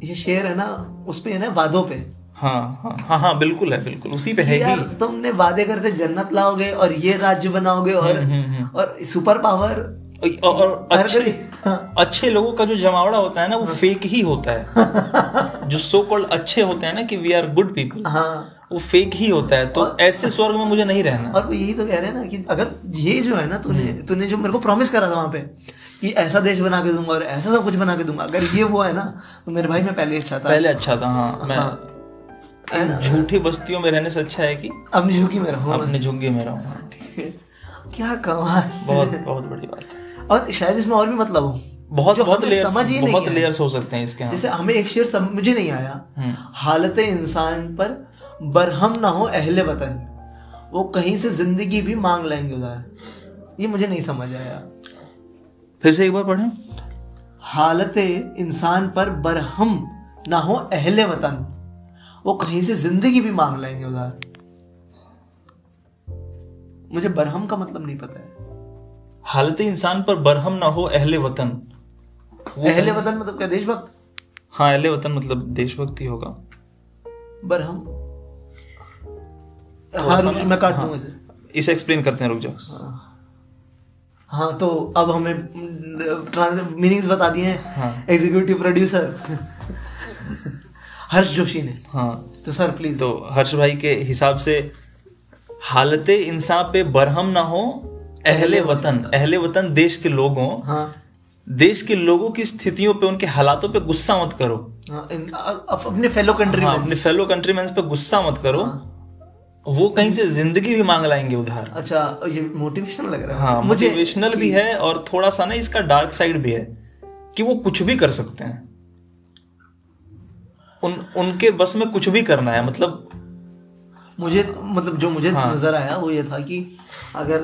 [SPEAKER 1] ये शेर है ना उस पे है ना वादों पे
[SPEAKER 2] हाँ हाँ हाँ हाँ बिल्कुल है बिल्कुल उसी पे है ही
[SPEAKER 1] यार तुमने वादे करते जन्नत लाओगे और ये राज्य बनाओगे और
[SPEAKER 2] हम्म,
[SPEAKER 1] और सुपर पावर
[SPEAKER 2] और- और
[SPEAKER 1] हर
[SPEAKER 2] अच्छे
[SPEAKER 1] कोई- हाँ।
[SPEAKER 2] अच्छे लोगों का जो जमावड़ा होता है ना वो फेक ही होता है जो सो कॉल्ड अच्छे होते हैं ना कि वी आर गुड पीपल
[SPEAKER 1] हाँ
[SPEAKER 2] वो फेक ही होता है तो ऐसे स्वर्ग में मुझे नहीं रहना
[SPEAKER 1] और वो यही तो कह रहे हैं ना कि अगर ये जो है ना तूने
[SPEAKER 2] हम्म।
[SPEAKER 1] तूने जो मेरे को प्रॉमिस करा था वहां पे कि ऐसा देश बना के दूंगा और ऐसा सब कुछ बना के दूंगा अगर ये वो है ना तो मेरे भाई मैं पहले ही चाहता
[SPEAKER 2] पहले अच्छा था हाँ मैं इन झूठी बस्तियों में रहने से अच्छा है कि
[SPEAKER 1] अब झुकी में रहो
[SPEAKER 2] अपने झुग्गे में रहूँ हाँ, ठीक।
[SPEAKER 1] क्या कमाल
[SPEAKER 2] बहुत बहुत बड़ी बात है
[SPEAKER 1] और शायद इसमें और भी मतलब हो
[SPEAKER 2] बहुत
[SPEAKER 1] जो
[SPEAKER 2] बहुत
[SPEAKER 1] हमें
[SPEAKER 2] लेयर्स
[SPEAKER 1] समझ ही नहीं
[SPEAKER 2] बहुत
[SPEAKER 1] है।
[SPEAKER 2] लेयर्स हो सकते हैं इसके हाँ।
[SPEAKER 1] जैसे हमें एक शेर सम, मुझे नहीं
[SPEAKER 2] हम्म।
[SPEAKER 1] आया हालत इंसान पर बरहम ना हो अहले वतन वो कहीं से जिंदगी भी मांग लेंगे उधार ये मुझे नहीं समझ आया
[SPEAKER 2] फिर से एक बार पढ़ें
[SPEAKER 1] हालत इंसान पर बरहम ना हो अहले वतन वो कहीं से जिंदगी भी मांग लेंगे उधार मुझे बरहम का मतलब नहीं पता है
[SPEAKER 2] हालत इंसान पर बरहम ना हो अहले वतन
[SPEAKER 1] अहले वतन मतलब क्या देशभक्त
[SPEAKER 2] हाँ अहले वतन मतलब देशभक्ति होगा
[SPEAKER 1] बरहम हाँ रुक जाओ, मैं काट दूंगा इसे
[SPEAKER 2] इसे एक्सप्लेन करते हैं रुक जाओ
[SPEAKER 1] हाँ तो अब हमें मीनिंग्स बता दिए हैं एग्जीक्यूटिव प्रोड्यूसर हर्ष जोशी ने
[SPEAKER 2] हाँ
[SPEAKER 1] तो सर प्लीज
[SPEAKER 2] तो हर्ष भाई के हिसाब से हालत इंसान पे बरहम ना हो अहले वतन अहले वतन देश के लोगों
[SPEAKER 1] हाँ
[SPEAKER 2] देश के लोगों की स्थितियों पे उनके हालातों पे गुस्सा मत करो
[SPEAKER 1] हाँ, इन- अ- अ- अपने फेलो कंट्री
[SPEAKER 2] हाँ, अपने फेलो कंट्रीमैन्स पे गुस्सा मत करो वो कहीं से जिंदगी भी मांग लाएंगे उधार
[SPEAKER 1] अच्छा ये मोटिवेशनल लग रहा है
[SPEAKER 2] हाँ मोटिवेशनल भी है और थोड़ा सा ना इसका डार्क साइड भी है कि वो कुछ भी कर सकते हैं उन उनके बस में कुछ भी करना है मतलब
[SPEAKER 1] मुझे तो- मतलब जो मुझे
[SPEAKER 2] हाँ।
[SPEAKER 1] नजर आया वो ये था कि अगर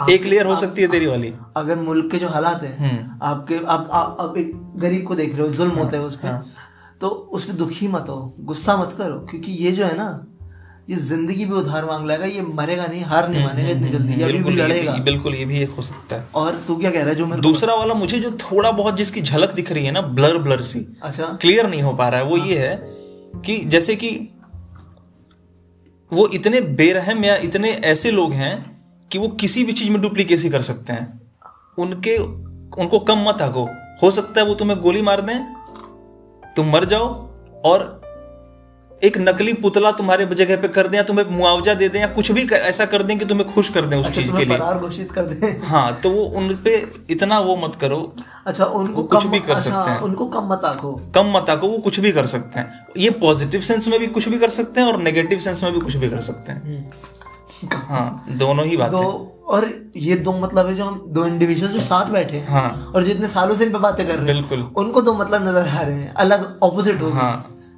[SPEAKER 1] आप-
[SPEAKER 2] एक लेयर हो सकती है तेरी वाली
[SPEAKER 1] अगर मुल्क के जो हालात है
[SPEAKER 2] हम्म।
[SPEAKER 1] आपके आप आप आप एक गरीब को देख रहे हो जुल्म
[SPEAKER 2] हाँ।
[SPEAKER 1] होता है उस पर तो उस पर दुखी मत हो गुस्सा मत करो क्योंकि ये जो है ना ये जिंदगी भी उधार मांग लेगा ये मरेगा नहीं हार नहीं मानेगा इतनी जल्दी ये अभी भी
[SPEAKER 2] हम्म, बिल्कुल ये
[SPEAKER 1] लड़ेगा
[SPEAKER 2] भी- बिल्कुल ये भी एक हो सकता है
[SPEAKER 1] और तू क्या कह रहा है जो मेरे
[SPEAKER 2] दूसरा वाला मुझे जो थोड़ा बहुत जिसकी झलक दिख रही है ना ब्लर ब्लर सी
[SPEAKER 1] अच्छा
[SPEAKER 2] क्लियर नहीं हो पा रहा है वो ये है कि जैसे कि वो इतने बेरहम या इतने ऐसे लोग हैं कि वो किसी भी चीज में डुप्लीकेसी कर सकते हैं उनके उनको कम मत आको हो सकता है वो तुम्हें गोली मार दें तुम मर जाओ और एक नकली पुतला तुम्हारे जगह पे कर दें या तुम्हें मुआवजा दे दें या कुछ भी ऐसा कर दें कि तुम्हें खुश कर दें उस चीज
[SPEAKER 1] अच्छा,
[SPEAKER 2] के
[SPEAKER 1] तुम्हें
[SPEAKER 2] लिए
[SPEAKER 1] तो फरार घोषित कर दे
[SPEAKER 2] हाँ तो वो उन पे इतना वो मत करो
[SPEAKER 1] अच्छा उनको
[SPEAKER 2] वो कुछ
[SPEAKER 1] कम-
[SPEAKER 2] भी कर
[SPEAKER 1] अच्छा,
[SPEAKER 2] सकते हैं।
[SPEAKER 1] उनको कम मत आंको
[SPEAKER 2] कम मत आको वो कुछ भी कर सकते हैं ये पॉजिटिव सेंस में भी कुछ भी कर सकते हैं और नेगेटिव सेंस में भी कुछ भी कर सकते हैं हाँ दोनों ही बात
[SPEAKER 1] तो और ये दो मतलब है जो हम दो इंडिविजुअल जो साथ बैठे हैं
[SPEAKER 2] हाँ।
[SPEAKER 1] और जितने सालों से इन पे बातें कर रहे हैं
[SPEAKER 2] बिल्कुल।
[SPEAKER 1] उनको दो मतलब नजर आ रहे हैं अलग ऑपोजिट हो
[SPEAKER 2] हाँ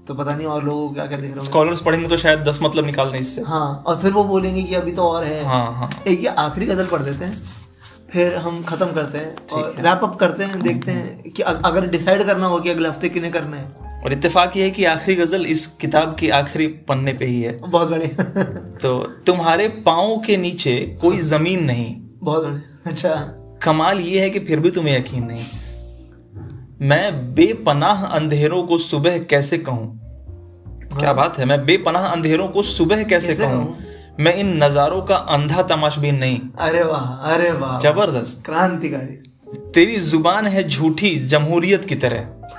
[SPEAKER 1] तो पता नहीं और लोगों को क्या क्या देख रहे
[SPEAKER 2] स्कॉलर्स पढ़ेंगे तो शायद दस मतलब निकाल दें इससे
[SPEAKER 1] हो हाँ और फिर वो बोलेंगे कि अभी तो और है
[SPEAKER 2] हाँ हाँ
[SPEAKER 1] एक ये आखिरी गजल पढ़ देते हैं फिर हम खत्म करते हैं और रैप अप करते हैं देखते हैं कि अ- अगर डिसाइड करना हो कि अगले हफ्ते किन्हें करना है
[SPEAKER 2] और इत्तेफाक ये है कि आखिरी गजल इस किताब के आखिरी पन्ने पे ही है
[SPEAKER 1] बहुत बढ़िया
[SPEAKER 2] तो तुम्हारे पाँव के नीचे कोई जमीन नहीं
[SPEAKER 1] बहुत बढ़िया अच्छा
[SPEAKER 2] कमाल ये है कि फिर भी तुम्हें यकीन नहीं मैं बेपनाह अंधेरों को सुबह कैसे कहूं क्या बात है मैं बेपनाह अंधेरों को सुबह हाँ। कैसे कहूं मैं इन नजारों का अंधा तमाशबीन नहीं
[SPEAKER 1] अरे वाह अरे वाह
[SPEAKER 2] जबरदस्त
[SPEAKER 1] क्रांतिकारी
[SPEAKER 2] तेरी जुबान है झूठी जमहूरियत की तरह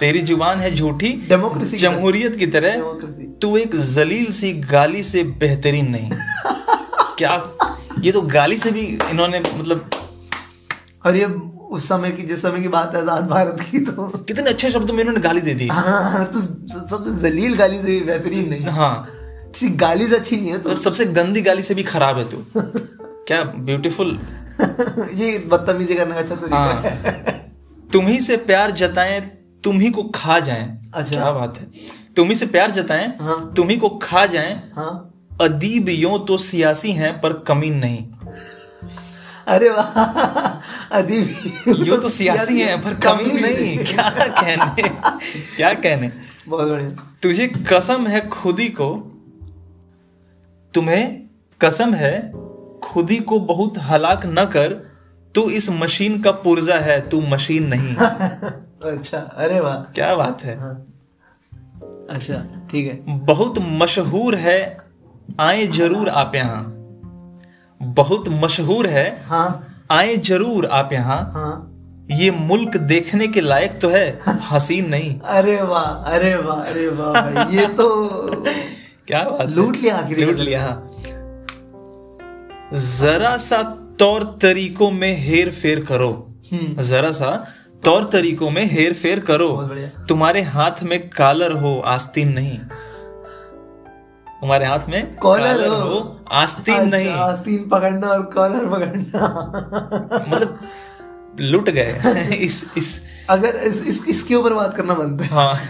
[SPEAKER 2] तेरी जुबान है झूठी
[SPEAKER 1] डेमोक्रेसी की
[SPEAKER 2] जमहूरियत की तरह
[SPEAKER 1] डेमोक्रेसी
[SPEAKER 2] तू एक जलील सी गाली से बेहतरीन नहीं क्या ये तो गाली से भी इन्होंने मतलब
[SPEAKER 1] और ये उस समय की जिस समय की बात है आजाद भारत की तो
[SPEAKER 2] कितने अच्छे शब्दों में इन्होंने गाली दे दी
[SPEAKER 1] हाँ तो सबसे जलील गाली से भी बेहतरीन नहीं
[SPEAKER 2] हाँ
[SPEAKER 1] किसी गाली से अच्छी नहीं है
[SPEAKER 2] तो सबसे गंदी गाली से भी खराब है तू क्या ब्यूटीफुल
[SPEAKER 1] तो ये बदतमीजी करने का अच्छा तरीका है
[SPEAKER 2] हाँ तुम ही से प्यार जताएं तुम ही को खा जाएं
[SPEAKER 1] अच्छा।
[SPEAKER 2] क्या बात है तुम ही से प्यार जताएं
[SPEAKER 1] हाँ।
[SPEAKER 2] तुम ही को खा जाएं
[SPEAKER 1] हाँ
[SPEAKER 2] अदीब यों तो सियासी हैं पर कमीन नहीं
[SPEAKER 1] अरे वाह अदीब
[SPEAKER 2] यो तो सियासी हैं पर कमीन नहीं क्या कहने क्या कहने
[SPEAKER 1] बहुत बढ़िया
[SPEAKER 2] तुझे कसम है खुदी को तुम्हें कसम है खुदी को बहुत हलाक न कर तू इस मशीन का पुर्जा है तू मशीन नहीं
[SPEAKER 1] अच्छा अरे वाह हाँ।
[SPEAKER 2] क्या बात है
[SPEAKER 1] अच्छा ठीक है
[SPEAKER 2] बहुत मशहूर है आए जरूर आप यहाँ बहुत मशहूर है
[SPEAKER 1] हाँ
[SPEAKER 2] आए जरूर आप यहाँ
[SPEAKER 1] हाँ
[SPEAKER 2] ये मुल्क देखने के लायक तो है हसीन नहीं
[SPEAKER 1] अरे वाह अरे वाह अरे वाह भाई, ये तो
[SPEAKER 2] क्या बात है?
[SPEAKER 1] लूट लिया आखिरी
[SPEAKER 2] लूट लिया हाँ। जरा सा तौर तरीकों में हेर फेर करो जरा सा तौर तरीकों में हेर फेर करो
[SPEAKER 1] हम्म। बहुत बढ़िया।
[SPEAKER 2] तुम्हारे हाथ में कालर हो आस्तीन नहीं तुम्हारे हाथ में
[SPEAKER 1] कॉलर हो।
[SPEAKER 2] आस्तीन
[SPEAKER 1] अच्छा,
[SPEAKER 2] नहीं
[SPEAKER 1] आस्तीन पकड़ना और कॉलर पकड़ना
[SPEAKER 2] मतलब लुट गए इस इस
[SPEAKER 1] अगर इस, इस इसके ऊपर बात करना बनता है
[SPEAKER 2] हाँ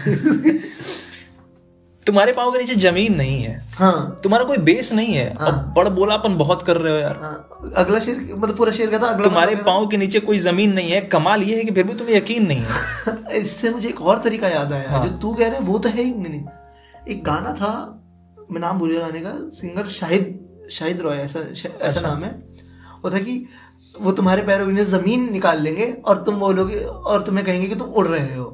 [SPEAKER 2] तुम्हारे पाँव के नीचे जमीन नहीं है
[SPEAKER 1] हाँ
[SPEAKER 2] तुम्हारा कोई बेस नहीं है और बड़ बोलापन बहुत कर रहे हो यार
[SPEAKER 1] हाँ, अगला शेर मतलब पूरा शेर का था अगला
[SPEAKER 2] तुम्हारे पाँव के नीचे कोई जमीन नहीं है कमाल ये है कि फिर भी तुम्हें यकीन नहीं है
[SPEAKER 1] इससे मुझे एक और तरीका याद आया जो तू कह रहे है वो तो है ही नहीं एक गाना था मैं नाम भूल गया गाने का सिंगर शाहिद शाहिद रॉय ऐसा शा- ऐसा नाम है वो था कि वो तुम्हारे पैरों के नीचे जमीन निकाल लेंगे और तुम बोलोगे और तुम्हें कहेंगे कि तुम उड़ रहे हो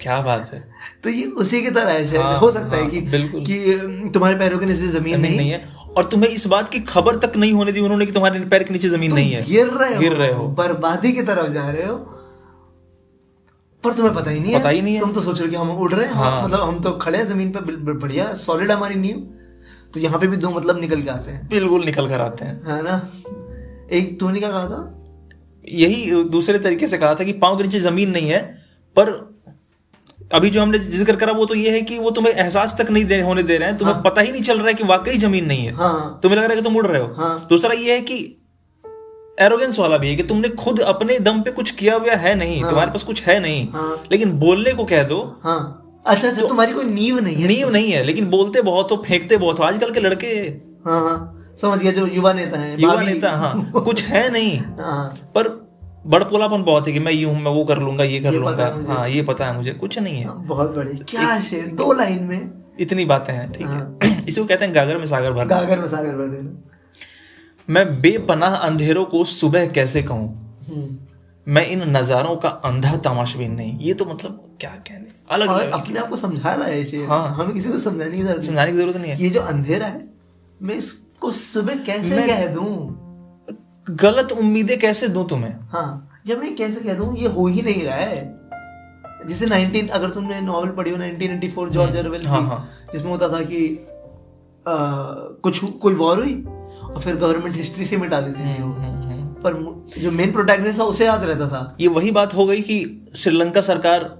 [SPEAKER 2] क्या बात है
[SPEAKER 1] तो ये उसी की तरह है शायद हो सकता है कि
[SPEAKER 2] हाँ, बिल्कुल।
[SPEAKER 1] कि अम, तुम्हारे पैरों के नीचे जमीन नहीं
[SPEAKER 2] नहीं, नहीं है और तुम्हें इस बात की खबर तक नहीं होने दी उन्होंने कि तुम्हारे पैर के नीचे जमीन नहीं है
[SPEAKER 1] गिर रहे हो
[SPEAKER 2] गिर रहे हो
[SPEAKER 1] बर्बादी की तरफ जा रहे हो पर तुम्हें पता ही नहीं
[SPEAKER 2] पता
[SPEAKER 1] है
[SPEAKER 2] ही नहीं है।
[SPEAKER 1] तुम तो सोच रहे हो कि हम उड़ रहे हैं हाँ। मतलब हम तो खड़े हैं जमीन पे बिल- बिल- बढ़िया सॉलिड हमारी नींव तो यहाँ पे भी दो मतलब निकल के आते हैं
[SPEAKER 2] बिल्कुल निकल कर आते हैं
[SPEAKER 1] है ना एक तूने क्या कहा था
[SPEAKER 2] यही दूसरे तरीके से कहा था कि पाँव के नीचे जमीन नहीं है पर अभी जो हमने जिक्र करा वो तो ये है कि वो तुम्हें एहसास तक नहीं दे, होने दे रहे हैं तुम्हें पता ही नहीं चल रहा है कि वाकई जमीन नहीं है
[SPEAKER 1] हाँ
[SPEAKER 2] तुम्हें लग रहा है कि तुम उड़ रहे हो
[SPEAKER 1] हाँ।
[SPEAKER 2] दूसरा ये है कि एरोगेंस वाला भी है कि तुमने खुद अपने दम पे कुछ किया हुआ है नहीं तुम्हारे पास कुछ है नहीं
[SPEAKER 1] हाँ।
[SPEAKER 2] लेकिन बोलने को कह दो
[SPEAKER 1] हाँ अच्छा
[SPEAKER 2] तो-
[SPEAKER 1] अच्छा तुम्हारी कोई नींव नहीं है
[SPEAKER 2] नींव नहीं है लेकिन बोलते बहुत हो फेंकते बहुत हो आजकल के लड़के
[SPEAKER 1] हाँ हाँ समझ गया जो युवा नेता है
[SPEAKER 2] युवा नेता हाँ कुछ है नहीं
[SPEAKER 1] हाँ
[SPEAKER 2] पर बड़पोलापन बहुत है कि मैं ये हूँ मैं वो कर लूंगा ये कर
[SPEAKER 1] पता
[SPEAKER 2] लूंगा
[SPEAKER 1] है मुझे। हाँ।
[SPEAKER 2] हाँ ये पता है मुझे कुछ नहीं है
[SPEAKER 1] बहुत बड़े क्या शेर दो लाइन में
[SPEAKER 2] इतनी बातें हैं ठीक है
[SPEAKER 1] हाँ।
[SPEAKER 2] इसी को कहते हैं गागर में सागर भरना
[SPEAKER 1] गागर में सागर भर देना
[SPEAKER 2] मैं बेपनाह अंधेरों को सुबह कैसे कहूँ
[SPEAKER 1] हम्म।
[SPEAKER 2] मैं इन नज़ारों का अंधा तमाशबीन नहीं ये तो मतलब क्या कहने अलग
[SPEAKER 1] और
[SPEAKER 2] अलग
[SPEAKER 1] अपने आप को समझा रहा है ये शेर
[SPEAKER 2] हाँ।
[SPEAKER 1] हमें किसी को समझाने की जरूरत
[SPEAKER 2] समझाने की जरूरत नहीं
[SPEAKER 1] नहीं ये जो अंधेरा है मैं इसको सुबह कैसे कह दूं
[SPEAKER 2] है गलत उम्मीदें कैसे दूं तुम्हें
[SPEAKER 1] हाँ या मैं कैसे कह दूं ये हो ही नहीं रहा है जैसे 19 अगर तुमने नॉवल पढ़ी हो 1984 जॉर्ज ऑरवेल
[SPEAKER 2] हाँ,
[SPEAKER 1] की
[SPEAKER 2] हाँ।
[SPEAKER 1] जिसमें होता था कि आ, कुछ कोई वॉर हुई और फिर गवर्नमेंट हिस्ट्री से मिटा देती थी
[SPEAKER 2] हम्म।
[SPEAKER 1] वो पर मु- जो मेन प्रोटैगनिस्ट था उसे याद रहता था
[SPEAKER 2] ये वही बात हो गई कि श्रीलंका सरकार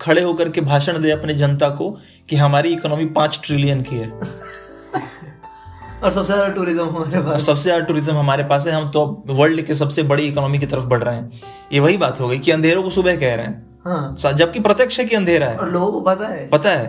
[SPEAKER 2] खड़े होकर के भाषण दे अपने जनता को कि हमारी इकोनॉमी पाँच ट्रिलियन की है
[SPEAKER 1] और सबसे ज्यादा टूरिज्म हमारे
[SPEAKER 2] और
[SPEAKER 1] पास
[SPEAKER 2] तो सबसे ज्यादा टूरिज्म हमारे पास है हम तो अब वर्ल्ड के सबसे बड़ी इकोनॉमी की तरफ बढ़ रहे हैं ये वही बात हो गई कि अंधेरों को सुबह कह रहे हैं
[SPEAKER 1] हाँ
[SPEAKER 2] सा- जबकि प्रत्यक्ष है कि अंधेरा है
[SPEAKER 1] और लोगों को पता है
[SPEAKER 2] पता है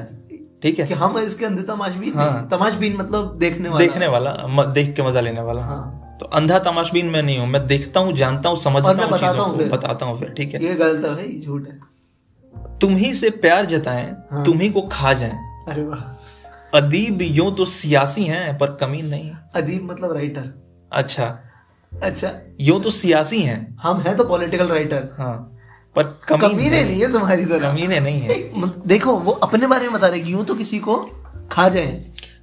[SPEAKER 2] ठीक है
[SPEAKER 1] कि हम इसके अंदर तमाशबीन
[SPEAKER 2] हाँ।
[SPEAKER 1] नहीं। तमाशबीन मतलब देखने वाला
[SPEAKER 2] देखने वाला म, देख के मजा लेने वाला
[SPEAKER 1] हाँ।
[SPEAKER 2] तो अंधा तमाशबीन मैं नहीं हूँ मैं देखता हूँ जानता हूँ समझता
[SPEAKER 1] और मैं
[SPEAKER 2] हूँ
[SPEAKER 1] बताता
[SPEAKER 2] चीजों
[SPEAKER 1] हूँ
[SPEAKER 2] को
[SPEAKER 1] फिर।
[SPEAKER 2] बताता हूँ फिर ठीक है
[SPEAKER 1] ये गलत है भाई झूठ है
[SPEAKER 2] तुम ही से प्यार जताएं तुम ही को खा जाएं
[SPEAKER 1] अरे वाह
[SPEAKER 2] अदीब यूं तो सियासी हैं पर कमीन नहीं
[SPEAKER 1] अदीब मतलब राइटर
[SPEAKER 2] अच्छा
[SPEAKER 1] अच्छा
[SPEAKER 2] यूं तो सियासी हैं
[SPEAKER 1] हम हैं तो पॉलिटिकल राइटर
[SPEAKER 2] हाँ पर कमीन
[SPEAKER 1] कमीने नहीं है तुम्हारी तरह
[SPEAKER 2] कमीने नहीं है
[SPEAKER 1] मत- देखो वो अपने बारे में बता रहे कि यूं तो किसी को खा जाए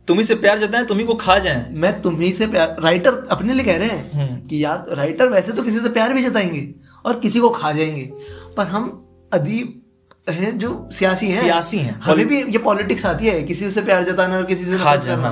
[SPEAKER 2] तुम्ही से प्यार जताएं तुम्ही को खा जाएं
[SPEAKER 1] मैं तुम्ही से प्यार राइटर अपने लिए कह रहे हैं कि यार राइटर वैसे तो किसी से प्यार भी जताएंगे और किसी को खा जाएंगे पर हम अदीब हैं जो सियासी हैं
[SPEAKER 2] सियासी हैं।
[SPEAKER 1] हमें भी ये पॉलिटिक्स आती है किसी से प्यार जताना और किसी से
[SPEAKER 2] खा
[SPEAKER 1] नफरत
[SPEAKER 2] जाना
[SPEAKER 1] करना।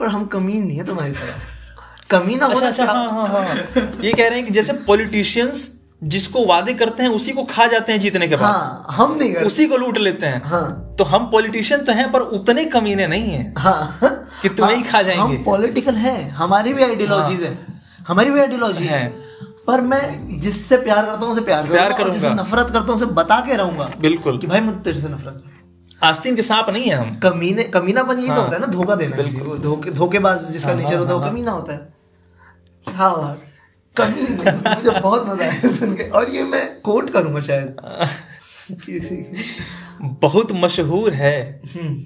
[SPEAKER 1] पर हम कमीन नहीं है तुम्हारी तरह कमीना होना
[SPEAKER 2] अच्छा अच्छा
[SPEAKER 1] क्या-
[SPEAKER 2] हाँ हाँ हाँ ये कह रहे हैं कि जैसे पॉलिटिशियंस जिसको वादे करते हैं उसी को खा जाते हैं जीतने के बाद
[SPEAKER 1] हाँ हम नहीं करते
[SPEAKER 2] उसी को लूट लेते हैं
[SPEAKER 1] हाँ
[SPEAKER 2] तो हम पॉलिटिशियन तो हैं पर उतने कमीने नहीं हैं
[SPEAKER 1] हाँ
[SPEAKER 2] कि तुम्हें ही खा जाएंगे। हाँ।
[SPEAKER 1] हम पॉलिटिकल है हमारी भी आइडियोलॉजीज हैं हमारी भी आइडियोलॉजी है पर मैं जिससे प्यार करता हूँ उसे प्यार
[SPEAKER 2] प्यार
[SPEAKER 1] करूंगा और जिससे
[SPEAKER 2] करूंगा।
[SPEAKER 1] नफरत करता हूँ उसे बता के रहूंगा
[SPEAKER 2] बिल्कुल
[SPEAKER 1] कि भाई मैं तेरे से नफरत करता हूं।
[SPEAKER 2] आस्तीन के सांप नहीं है हम
[SPEAKER 1] कमीने कमीनापन यही तो होता है ना धोखा देना किसी को। धोखे धोखेबाज जिसका नेचर होता है वो कमीना होता है हाँ वाह कमीन मुझे बहुत मजा आया सुन के और ये मैं कोट करूंगा शायद किसी-
[SPEAKER 2] बहुत मशहूर है
[SPEAKER 1] हम्म,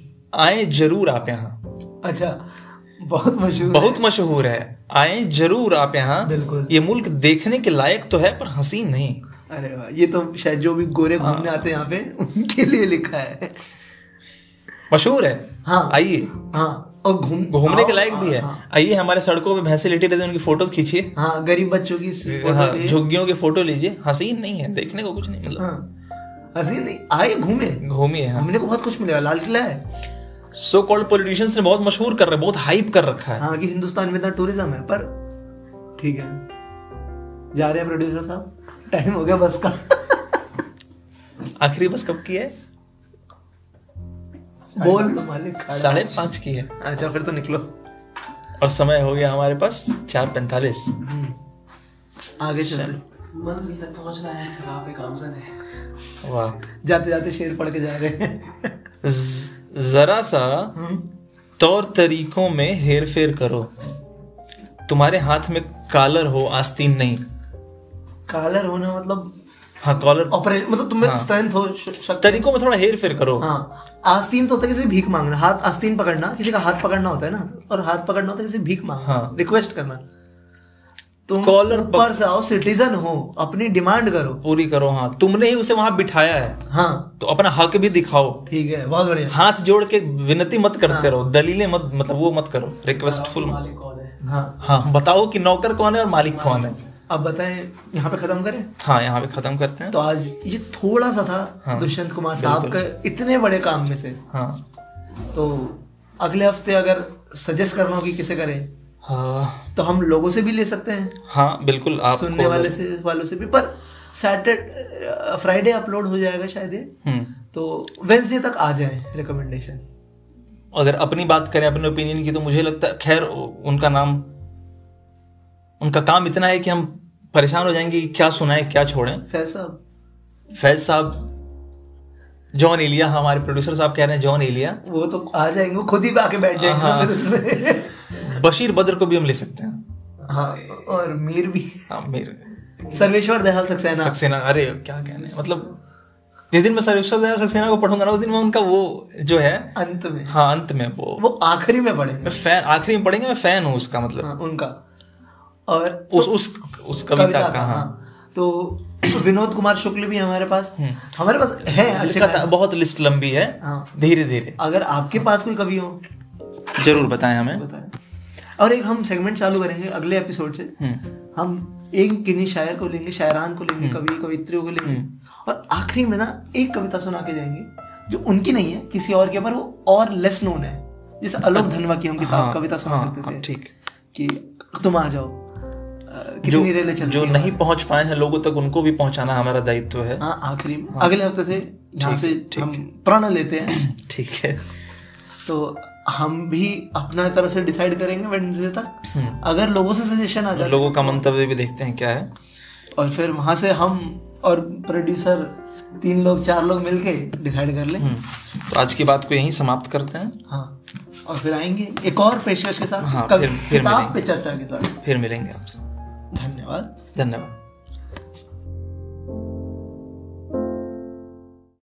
[SPEAKER 2] आए जरूर आप यहाँ
[SPEAKER 1] अच्छा बहुत मशहूर
[SPEAKER 2] बहुत मशहूर है आए जरूर आप यहाँ
[SPEAKER 1] बिल्कुल।
[SPEAKER 2] ये मुल्क देखने के लायक तो है पर हसीन नहीं
[SPEAKER 1] अरे वाह ये तो शायद जो भी गोरे घूमने आते हैं यहाँ पे उनके लिए लिखा है
[SPEAKER 2] मशहूर है
[SPEAKER 1] हाँ।
[SPEAKER 2] आइए
[SPEAKER 1] हाँ और घूम
[SPEAKER 2] घूमने के लायक भी है आइए हमारे सड़कों पे भैंसे लेटी रहती हैं उनकी फोटोज खींचिए
[SPEAKER 1] हाँ गरीब बच्चों की सी-
[SPEAKER 2] हाँ,
[SPEAKER 1] फोटो ले-
[SPEAKER 2] झुग्गियों के फोटो लीजिए हसीन नहीं है देखने को कुछ नहीं मतलब
[SPEAKER 1] हाँ हसीन नहीं आए घूमे
[SPEAKER 2] घूमिए हाँ
[SPEAKER 1] घूमने को बहुत कुछ मिलेगा लाल किला है
[SPEAKER 2] सो कॉल्ड पॉलिटिशियंस ने बहुत मशहूर कर रहे हैं बहुत हाइप कर रखा है
[SPEAKER 1] हाँ कि हिंदुस्तान में इतना टूरिज्म है पर ठीक है जा रहे हैं प्रोड्यूसर साहब टाइम हो गया बस का
[SPEAKER 2] आखिरी बस कब की है
[SPEAKER 1] बोल मालिक
[SPEAKER 2] साढ़े पाँच की है
[SPEAKER 1] अच्छा फिर तो निकलो
[SPEAKER 2] और समय हो गया हमारे पास चार पैंतालीस
[SPEAKER 1] आगे चलते
[SPEAKER 3] मंजिल तक पहुंचना है राह पे गामजन है
[SPEAKER 2] वाह
[SPEAKER 1] जाते जाते शेर पढ़ के जा रहे हैं
[SPEAKER 2] ज- जरा सा
[SPEAKER 3] हम्म।
[SPEAKER 2] तौर तरीकों में हेर फेर करो तुम्हारे हाथ में कॉलर हो आस्तीन नहीं
[SPEAKER 1] कालर होना मतलब
[SPEAKER 2] हाँ कॉलर
[SPEAKER 1] ऑपरेशन मतलब तुम्हें
[SPEAKER 3] हाँ।
[SPEAKER 1] स्ट्रेंथ हो श- शक्ति
[SPEAKER 2] तरीकों में थोड़ा हेर फेर करो
[SPEAKER 1] हाँ आस्तीन तो होता है किसी से भीख मांगना हाथ आस्तीन पकड़ना किसी का हाथ पकड़ना होता है ना और हाथ पकड़ना होता है किसी से भीख मांगना
[SPEAKER 2] हाँ।
[SPEAKER 1] रिक्वेस्ट करना तुम
[SPEAKER 2] कॉलर पक-
[SPEAKER 1] ऊपर से आओ सिटीजन हो अपनी डिमांड करो
[SPEAKER 2] पूरी करो हाँ तुमने ही उसे वहां बिठाया है
[SPEAKER 1] हाँ
[SPEAKER 2] तो अपना हक भी दिखाओ
[SPEAKER 1] ठीक है बहुत बढ़िया
[SPEAKER 2] हाथ जोड़ के विनती मत करते रहो दलीलें मत मतलब वो मत करो रिक्वेस्टफुल
[SPEAKER 3] मालिक कौन है
[SPEAKER 1] हाँ
[SPEAKER 2] हाँ बताओ कि नौकर कौन है और मालिक कौन है
[SPEAKER 1] अब बताएं यहाँ पे खत्म करें
[SPEAKER 2] हाँ यहाँ पे खत्म करते हैं
[SPEAKER 1] तो आज ये थोड़ा सा था
[SPEAKER 2] हाँ।
[SPEAKER 1] दुष्यंत कुमार साहब के इतने बड़े काम में से
[SPEAKER 2] हाँ
[SPEAKER 1] तो अगले हफ्ते अगर सजेस्ट कर रहा हूँ कि किसे करें
[SPEAKER 2] हाँ
[SPEAKER 1] तो हम लोगों से भी ले सकते हैं
[SPEAKER 2] हाँ बिल्कुल आप
[SPEAKER 1] सुनने वाले से वालों से भी पर सैटरडे फ्राइडे अपलोड हो जाएगा शायद ये
[SPEAKER 2] हम्म
[SPEAKER 1] तो वेंसडे तक आ जाए रिकमेंडेशन
[SPEAKER 2] अगर अपनी बात करें अपने ओपिनियन की तो मुझे लगता है खैर उनका नाम उनका काम इतना है कि हम परेशान हो जाएंगे कि क्या सुनाएं क्या छोड़ें
[SPEAKER 1] फैज साहब
[SPEAKER 2] फैज साहब जॉन एलिया हमारे प्रोड्यूसर साहब कह रहे हैं जॉन एलिया
[SPEAKER 1] वो तो आ जाएंगे वो खुद ही आके बैठ जाएंगे
[SPEAKER 2] हाँ।
[SPEAKER 1] ना फिर उसमें
[SPEAKER 2] बशीर बद्र को भी हम ले सकते हैं
[SPEAKER 1] हाँ और मीर भी
[SPEAKER 2] हाँ मेरे
[SPEAKER 1] सर्वेश्वर दयाल सक्सेना
[SPEAKER 2] सक्सेना अरे क्या कहने मतलब जिस दिन मैं सर्वेश्वर दयाल सक्सेना को पढ़ूंगा ना उस दिन मैं उनका वो जो है
[SPEAKER 1] अंत में
[SPEAKER 2] हाँ अंत में वो
[SPEAKER 1] वो आखिरी में पढ़ेंगे
[SPEAKER 2] मैं फैन आखिरी में पढ़ेंगे मैं फैन हूँ उसका मतलब
[SPEAKER 1] हाँ, उनका और
[SPEAKER 2] उस उस उस कविता का हाँ
[SPEAKER 1] हाँ। तो विनोद कुमार शुक्ल भी हमारे पास
[SPEAKER 2] हम्म।
[SPEAKER 1] हमारे पास है अच्छे
[SPEAKER 2] इसका ता- बहुत लिस्ट लंबी है
[SPEAKER 1] हाँ।
[SPEAKER 2] धीरे धीरे
[SPEAKER 1] अगर आपके पास कोई कवि हो
[SPEAKER 2] जरूर बताएं हमें
[SPEAKER 1] बताएं और एक हम सेगमेंट चालू करेंगे अगले एपिसोड से
[SPEAKER 2] हम्म।
[SPEAKER 1] हम एक किन्हीं शायर को लेंगे शायरान को लेंगे कवि कवित्रियों को लेंगे
[SPEAKER 2] हम्म।
[SPEAKER 1] और आखिरी में ना एक कविता सुना के जाएंगे जो उनकी नहीं है किसी और के पर वो और लेस नोन है जैसे अलोक धनवा की हम किताब कविता सुना
[SPEAKER 2] अच्छा। हाँ,
[SPEAKER 1] सकते थे
[SPEAKER 2] हाँ, ठीक।
[SPEAKER 1] कि तुम आ जाओ अ, कितनी रेलें चल
[SPEAKER 2] जो नहीं पहुंच पाए हैं लोगों तक उनको भी पहुंचाना हमारा दायित्व है
[SPEAKER 1] हाँ आखिरी में अगले हफ्ते से यहाँ से हम प्रण लेते हैं
[SPEAKER 2] ठीक है
[SPEAKER 1] तो हम भी अपना तरफ से डिसाइड करेंगे वेडनेसडे
[SPEAKER 2] हम्म।
[SPEAKER 1] तक अगर लोगों से सजेशन आ जाए
[SPEAKER 2] लोगों का मंतव्य भी देखते हैं क्या है
[SPEAKER 1] और फिर वहां से हम और प्रोड्यूसर तीन लोग चार लोग मिलके डिसाइड कर लें
[SPEAKER 2] तो आज की बात को यहीं समाप्त करते हैं
[SPEAKER 1] हाँ और फिर आएंगे एक और पेशकश के साथ
[SPEAKER 2] हाँ,
[SPEAKER 1] कवि-
[SPEAKER 2] फिर- फिर
[SPEAKER 1] किताब
[SPEAKER 2] मिलेंगे।
[SPEAKER 1] पे चर्चा के साथ
[SPEAKER 2] फिर मिलेंगे आपसे
[SPEAKER 1] धन्यवाद
[SPEAKER 2] धन्यवाद